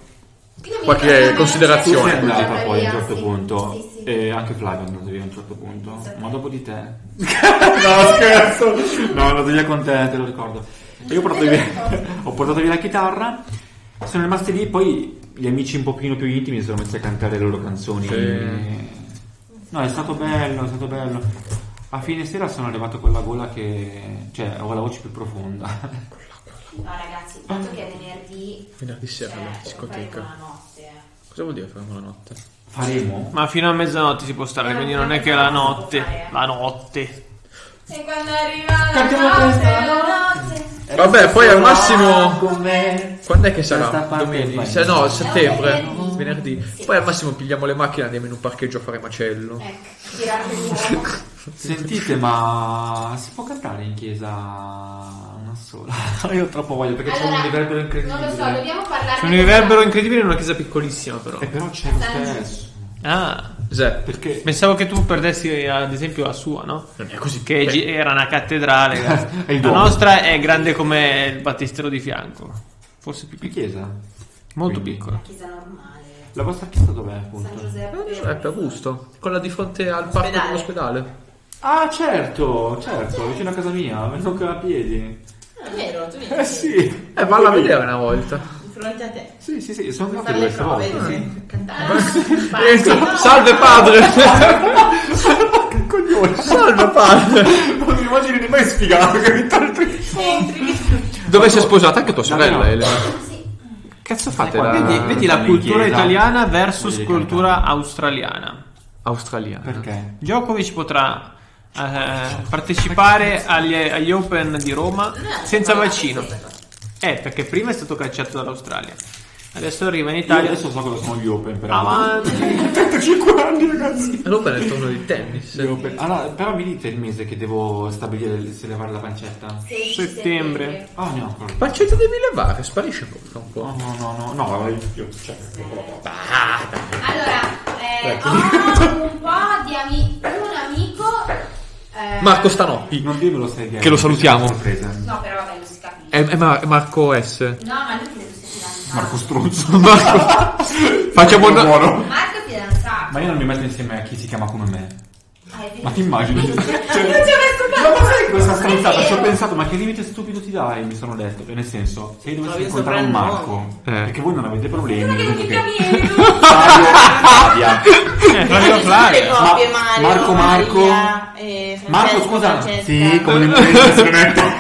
S5: mi
S1: Qualche
S5: ricordo che
S4: Tu sei
S1: considerazione?
S5: c'era una
S4: andata poi a un
S5: via,
S4: certo
S5: sì.
S4: punto,
S5: Sì, sì.
S4: e anche Flavio è andato via a un certo punto, ma dopo di te. no, scherzo! No, è andato via con te, te lo ricordo. E io ho portato via, (laughs) ho portato via la chitarra, sono rimasti lì, poi gli amici un pochino più intimi si sono messi a cantare le loro canzoni.
S1: Sì.
S4: No, è stato bello, è stato bello. A fine sera sono arrivato con la gola che... cioè, ho la voce più profonda. (laughs)
S5: No, ragazzi, il fatto che è venerdì.
S1: Venerdì sera
S5: cioè,
S1: alla
S5: faremo
S1: discoteca.
S5: la notte, eh.
S1: Cosa vuol dire faremo la notte?
S4: Faremo?
S9: Ma fino a mezzanotte si può stare, quindi non è che la notte. La notte.
S5: E quando arriva la
S4: Cantiamo
S5: notte,
S4: presto la
S5: la notte.
S1: Vabbè, poi al massimo.
S4: Con me.
S1: Quando è che
S4: Questa
S1: sarà?
S4: parte
S1: Domenica?
S4: vai.
S1: Se- No, settembre,
S5: Venerdì.
S1: venerdì.
S5: Sì.
S1: Poi al massimo pigliamo le macchine e andiamo in un parcheggio a fare macello.
S5: Ecco, tirate di nuovo.
S4: Sentite, ma si può cantare in chiesa una sola? (laughs) Io ho troppo voglio perché c'è un riverbero incredibile.
S5: Non lo so, dobbiamo parlare.
S9: C'è un riverbero incredibile in una chiesa piccolissima, però.
S4: E Eh, però c'è lo stesso.
S9: Ah.
S1: Zepp.
S4: Perché
S9: Pensavo che tu perdessi ad esempio la sua, no?
S1: Non è così
S9: Che gi- era una cattedrale.
S4: È il
S9: la
S4: Duomo.
S9: nostra è grande come il battistero di fianco. Forse più
S4: in
S9: piccola.
S4: chiesa?
S9: Molto
S4: Quindi.
S9: piccola.
S5: Una chiesa normale.
S4: La vostra chiesa dov'è
S5: San
S4: appunto?
S5: Giuseppe.
S1: È per gusto. Quella di fronte al parco
S3: Ospedale.
S1: dell'ospedale.
S4: Ah certo, certo, vicino a casa mia, venuto a piedi.
S3: È vero, tu vieni
S4: Eh sì.
S1: Eh, valla a vedere una volta.
S3: di fronte a te.
S4: Sì, sì, sì, sono
S3: Per fare
S4: andato
S3: le
S4: questa
S3: prove,
S4: volta.
S3: sì. cantare.
S1: Entra. Salve padre!
S4: Che coglione!
S1: Salve padre!
S4: Non mi immagini di mai spiegato che mi tolto
S3: Entri.
S1: Dove si è sposata anche tua sorella,
S4: no.
S1: Elena.
S5: Sì.
S1: Cazzo fate
S4: qua,
S1: la...
S2: Vedi, vedi la
S4: in
S2: cultura
S4: chiesa.
S2: italiana versus
S4: Quelli di
S2: cultura australiana.
S1: australiana?
S4: Perché?
S2: Djokovic potrà eh, partecipare agli, agli Open di Roma senza vaccino. Eh, perché prima è stato cacciato dall'Australia. Adesso arriva in
S6: Io
S2: Italia.
S6: adesso so cosa sono gli open, però.
S2: Ah, ma-
S6: 35 anni, ragazzi.
S1: Allora è il torneo di tennis.
S6: Gli open.
S4: Allora, però mi dite il mese che devo stabilire se levare la pancetta?
S5: 16
S2: Settembre.
S4: Ah, no, ancora.
S1: Pancetta devi levare, sparisce un po'. un po'.
S4: No, no, no, no, no.
S6: No, io, cioè, proprio-
S5: Allora, eh, ho un po' di ami- un amico. eh,
S1: Marco Stanoppi.
S4: Non dirmelo se è gay.
S1: Che lo salutiamo.
S4: Sorpresa.
S5: No, però vabbè, lo si capisce.
S1: È, è Mar- Marco S.
S5: No, ma lui credo sia fidanzato.
S6: Marco
S5: Marco,
S4: (laughs)
S6: Stronzo.
S1: Facciamo
S6: Buono.
S1: una...
S5: è fidanzato.
S4: Ma io non mi metto insieme a chi si chiama come me.
S5: Ah, è vero.
S4: Ma ti immagini?
S5: Io ci ho messo
S4: Ma
S5: tanto.
S4: lo sai questa stronzata?
S5: È
S4: Ci ho
S5: vero.
S4: pensato, ma che limite stupido ti dai? Mi sono detto. Nel senso, se io
S11: Ma
S4: dovessi
S11: io
S4: incontrare un
S11: soprannome.
S4: Marco,
S1: Eh.
S4: perché voi non avete problemi.
S5: Guarda che non ti
S4: perché-
S5: capisco.
S4: Flavia.
S2: Eh, Flavio Flavia.
S3: le coppie,
S4: Ma-
S3: Mario,
S4: Marco, Marco-
S3: Maria e Francesco,
S4: Marco, scusa.
S3: Francesca.
S7: Sì, con l'impressione.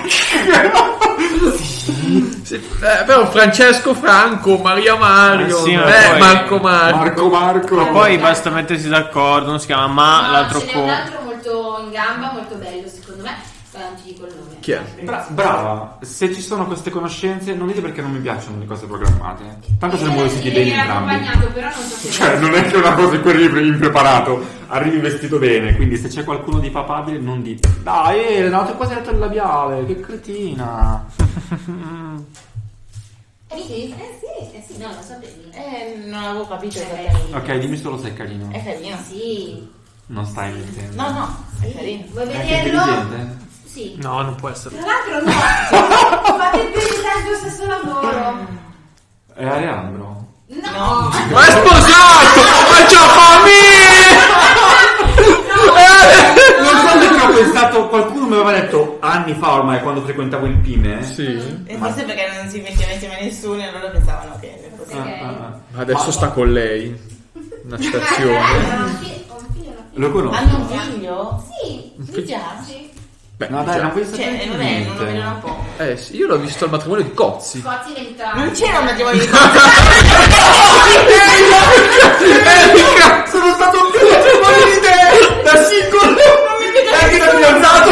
S1: Sì, eh, però Francesco Franco, Maria Mario,
S2: Eh sì, ma
S1: eh,
S2: poi-
S1: Marco Mario.
S6: Marco, Marco.
S2: Ma poi basta mettersi d'accordo, non si chiama ma
S5: No,
S2: l'altro
S5: ce n'è
S2: co.
S5: un altro molto in gamba, molto bello secondo me. Aspetta, non ti dico il nome.
S1: Chi è?
S4: Bra- brava, se ci sono queste conoscenze, non dite perché non mi piacciono le cose programmate. Tanto se ne voi siete bene
S5: Era
S4: entrambi.
S5: accompagnato, però non so se
S6: Cioè, non è che è una cosa in cui arrivi impreparato. Arrivi vestito bene, quindi
S4: Quindi se c'è qualcuno di papabile non dite. Dai, eh, Elena, ti ho quasi detto il labiale, che cretina.
S5: Eh sì, eh sì, eh sì, no, lo sapevi.
S3: Eh, non avevo capito esattamente.
S5: Eh,
S4: Ok, dimmi solo se è carino.
S3: È carino.
S5: Sì.
S4: Non stai mentendo.
S3: No, no, è
S5: Sì.
S3: carino.
S5: Vuoi
S4: È anche
S5: vederlo?
S4: intelligente.
S5: Sì.
S2: No, non può essere.
S5: Tra l'altro no, fate più il lo stesso lavoro.
S4: È Aleandro.
S5: No,
S3: No.
S1: Ma è sposato! Ma c'ha famiglia!
S4: Non so perché ho pensato, qualcuno mi aveva detto anni fa ormai quando frequentavo il Pime.
S1: Sì.
S3: E forse perché non si metteva insieme a nessuno e allora pensavano che
S4: Eh,
S3: fosse.
S5: Ok.
S1: Adesso sta con lei. Una stazione.
S5: Ho un fi- ho un figlio, una figlia.
S4: Lo conosco.
S3: Hanno un figlio?
S5: Sì,
S3: Di già?
S5: sì.
S1: Beh,
S4: No dai,
S1: già.
S4: non puoi sapere
S3: Cioè, vabbè, non lo vedono da
S4: niente.
S3: poco.
S1: Eh sì, io l'ho visto al matrimonio di Cozzi.
S5: Scotti diventa...
S3: Non c'era un (laughs) matrimonio di
S1: Erika!
S6: Sono stato un matrimonio da
S1: (laughs)
S6: singolo! Anche da
S4: (laughs)
S6: fidanzato!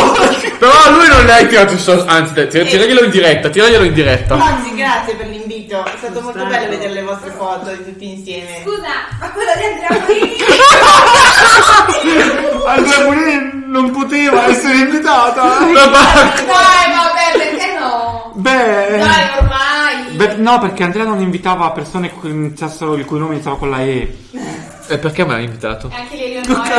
S1: Però a lui non le hai tirato su. Anzi, dai, tira- tiraglielo in diretta, tiraglielo in diretta.
S3: Anzi, grazie per l'invito. È stato molto
S2: stato.
S3: bello vedere le vostre foto di tutti insieme.
S5: Scusa, ma quello di Andrea Polini?
S6: Andrea Bonini non poteva essere invitata!
S3: (laughs)
S5: (laughs) Dai, vabbè, perché no?
S4: Beh,
S5: Dai, ormai.
S4: beh, no, perché Andrea non invitava persone che iniziassero- il cui nome iniziava con la E.
S1: E perché mi ha invitato?
S5: Anche l'Eleonora, ma come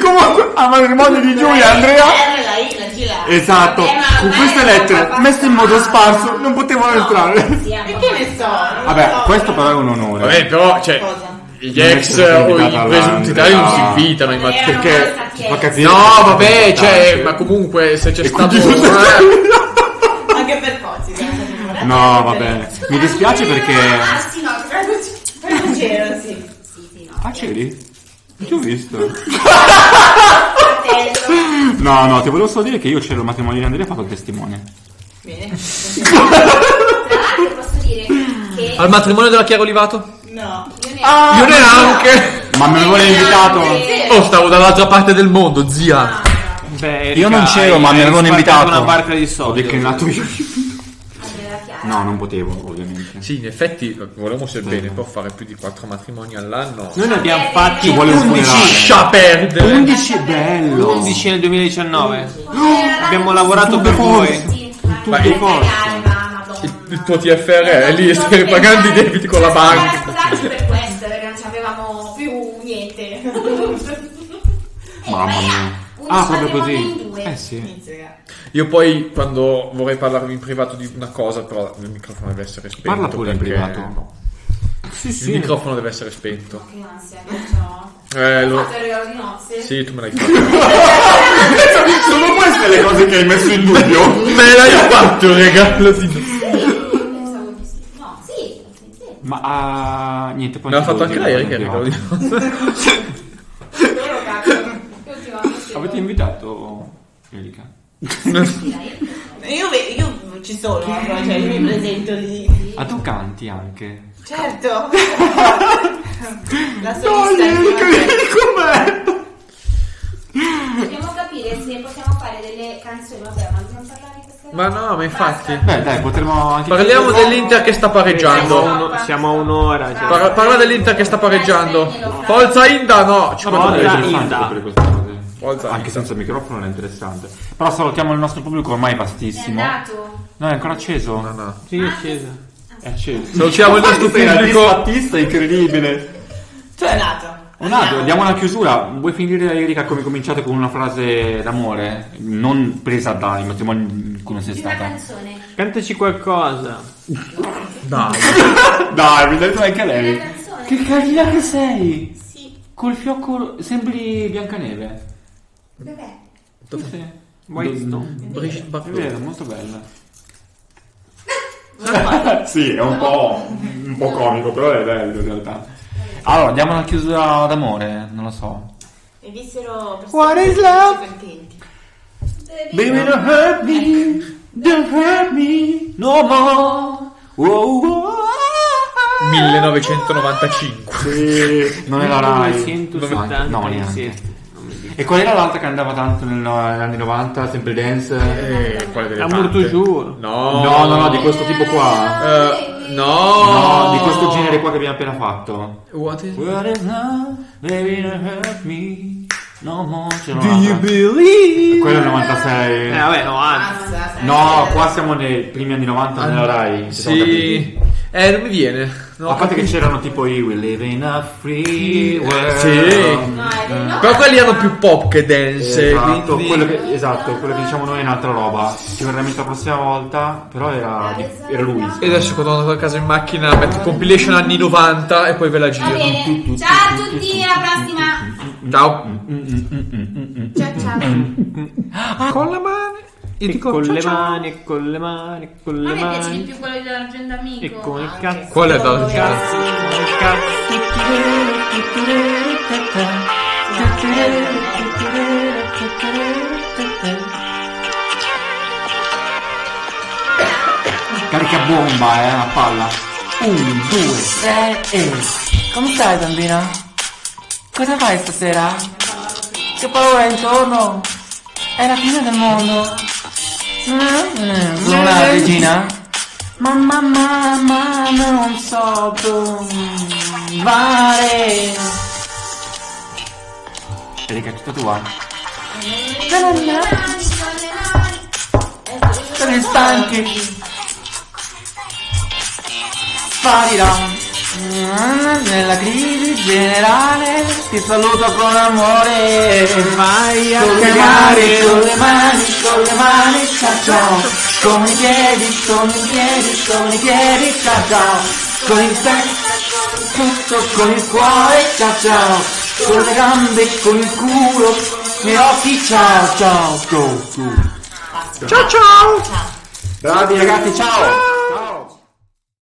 S6: Comunque, al matrimonio di Giulia, Andrea.
S3: Eh, la I, la G, la A.
S6: Esatto,
S5: Vabbè, Eh, ma
S6: con
S5: ormai
S6: queste
S5: è
S6: lettere
S5: troppo
S6: messe in modo sparso non potevano entrare.
S5: Sì, ma-
S3: Perché ne so? Non lo
S6: Vabbè,
S3: so.
S6: questo però è un onore.
S1: Vabbè, però, cioè,
S3: Cosa?
S1: gli ex
S6: Non è
S1: o
S6: invitata
S1: i
S6: alla
S1: presunti tali non si
S6: Andrea.
S1: invitano ai
S5: Andrea
S1: matrimoni.
S5: non
S1: Perché?
S5: vuole sapere.
S6: Fa capire.
S1: No, vabbè, cioè, ma comunque se c'è stato.
S6: quindi tu
S1: Eh,
S3: Anche per Cozzi. siamo stati innamorati.
S4: No, vabbè. Mi dispiace
S5: Ah,
S4: perché.
S5: sì, no, sì,
S3: Però c'era, sì.
S5: sì,
S6: Ah,
S5: no.
S6: c'eri? Non ti ho visto.
S5: Fratello.
S4: No, no, ti volevo solo dire che io c'ero il matrimonio di Andrea e ho fatto il testimone.
S3: Bene.
S5: Tra l'altro posso dire che
S1: al Ah, matrimonio della Chiara Olivato?
S3: No.
S5: io ne
S1: Io neanche.
S4: Ma me lo vuole invitato?
S1: Oh, stavo dall'altra parte del mondo, zia.
S2: Beh,
S4: Io non
S2: Erika,
S4: c'ero, ma
S2: hai-
S4: mi
S2: hai risparmiato
S4: avevano invitato.
S2: una barca di
S4: Ho
S2: soldi.
S4: declinato io.
S5: No.
S4: No, non potevo, ovviamente.
S1: Sì, in effetti, volevamo se bene, può fare più di 4 matrimoni all'anno.
S2: Noi ne abbiamo fatti
S4: Ci vuole un
S1: 11
S4: funerale.
S1: scia perdere.
S4: 11 bello.
S2: 11 nel 2019.
S5: Eh,
S2: Abbiamo lavorato per voi.
S5: Ma
S1: il- Il, il tuo TFR è lì, stai pagando i debiti con la banca.
S5: Scusate per questo, perché non avevamo più niente.
S1: (laughs)
S5: Eh,
S4: Mamma mia. Ah, proprio così. Eh sì.
S3: Inizia.
S1: Io poi, quando vorrei parlarvi in privato di una cosa, però il microfono deve essere spento.
S4: Parla pure in
S1: perché-
S4: privato.
S2: Sì,
S1: Il microfono deve essere spento.
S5: Che ansia che ho.
S1: Eh,
S5: Ho
S1: lo...
S5: fatto il regalo di nozze.
S1: Sì, tu me l'hai fatto.
S6: (laughs) Sono queste le cose che hai messo in dubbio.
S1: me l'hai fatto, regalo di...
S5: Pensavo di sì. No, sì, sì, sì.
S4: Ma ah, niente, poi
S1: Me l'ha
S4: non
S1: fatto
S4: devo
S1: anche
S4: dire
S1: lei, che
S4: niente,
S1: regalo
S4: va.
S1: di...
S5: Vero, cavolo. Io ultimamente-
S4: Avete invitato Erika.
S3: Io, ve- io ci sono, però, cioè, io mi presento lì.
S4: Ah, tu canti anche.
S3: Certo. La solista è
S5: Dobbiamo capire se possiamo fare delle canzoni. Vabbè, ma non parlare di queste
S1: Ma no, ma infatti.
S5: Basta.
S4: Beh, dai, potremmo anche...
S1: Parliamo dell'Inter che sta
S2: Siamo,
S1: pareggiando.
S2: a uno- siamo a un'ora. Cioè.
S1: Par- parla dell'Inter che sta pareggiando. Forza Inda, no! ci
S2: Forza
S1: vado.
S2: Inda.
S1: Forza
S4: Anche
S1: Inda.
S4: senza microfono era interessante. Però salutiamo il nostro pubblico ormai
S5: È
S4: vastissimo.
S5: andato.
S4: No, è ancora acceso.
S1: No, no.
S2: Sì, esatto. è scesa.
S4: È acceso.
S1: Salutiamo il nostro pubblico.
S4: disfattista incredibile.
S3: tornata.
S4: Un altro, diamo una chiusura. Vuoi finire, Erika, come cominciate con una frase d'amore? Non presa dai matrimoni in cui non sei
S5: Di una
S4: stata.
S5: canzone.
S2: Cantaci qualcosa.
S1: Dai.
S4: Dai, mi ha detto anche
S5: Di una
S4: lei.
S5: canzone.
S4: Eh, Che carina che sei!
S3: Sì.
S4: Col fiocco sembri Biancaneve.
S5: Dov'è?
S4: Sì.
S2: White Stone.
S1: Brigitte
S4: È
S1: Bardot.
S4: vero, molto bella. (laughs)
S6: Sì, è un po', un po' comico, però è bello in realtà.
S4: Allora, diamo una chiusura d'amore, non lo so.
S3: E vissero
S2: What
S3: persone
S2: is love?
S3: contenti.
S4: Baby, don't hurt me, don't hurt me, no more. Wow, wow.
S1: 1995.
S6: Sì.
S4: Non era Rai. No,
S2: 1977.
S4: neanche. E qual era l'altra che andava tanto nel- negli anni 90, sempre dance?
S1: Eh, quale delle
S2: A
S1: tante?
S2: morto giù.
S1: No.
S4: No, no, no, di questo tipo qua.
S1: Eh,
S4: No,
S2: Oh.
S1: no.
S4: di questo genere qua che abbiamo appena fatto.
S1: What is-
S4: What is love? Baby, don't hurt me, no more. C'era
S2: Do you
S4: un'altra.
S2: believe?
S4: Quello è il 96.
S2: Eh, vabbè, no,
S3: Ah,
S2: anzi.
S3: Mazza, sai.
S4: No, qua siamo nei primi anni 90 nella Rai. ci siamo capiti.
S1: Sì. Eh, non mi viene. No,
S4: a parte che c'erano tipo i We Live in a Free World. Eh,
S1: Sì.
S5: No, è del
S1: Però quelli erano più pop che dance.
S4: Esatto,
S1: quindi-
S4: quello che, esatto, quello che diciamo noi è un'altra roba. Ci verremo la prossima volta, però era, era lui.
S1: E adesso quando andate a casa in macchina metto compilation anni 90 e poi ve la
S5: Va
S1: giro.
S5: bene. Ciao a tutti, alla prossima.
S1: Ciao.
S5: Ciao ciao.
S1: Con le mani. Io
S2: E
S1: dico
S2: con
S1: ciao,
S2: le
S1: ciao.
S2: mani, e con le mani, e con
S5: A
S2: le
S5: me piace di
S2: mani.
S5: più quello dell'argento amico.
S2: E
S4: Ecco.
S2: con il
S3: Anche.
S2: cazzo.
S1: Qual è la
S2: Cazzo, cazzo.
S4: Carica bomba, eh, a palla. Un, due.
S11: Eh, eh, come stai bambina? Cosa fai stasera? Che paura intorno? È la fine del mondo.
S4: Sono una regina.
S11: Ma mamma, ma non so provare.
S4: Erika, è tutta tua.
S11: Sono stanchi. Sparirà. Nella crisi generale ti saluto con amore.
S2: Vai a
S11: Con le mani, con le mani, con le mani, ciao ciao. Con i piedi, con i piedi, con i piedi, ciao ciao. Con il petto, tutto con il cuore, ciao ciao. Con le gambe, con il culo, gli occhi, ciao ciao. Go, go.
S6: Bravi ragazzi, ciao!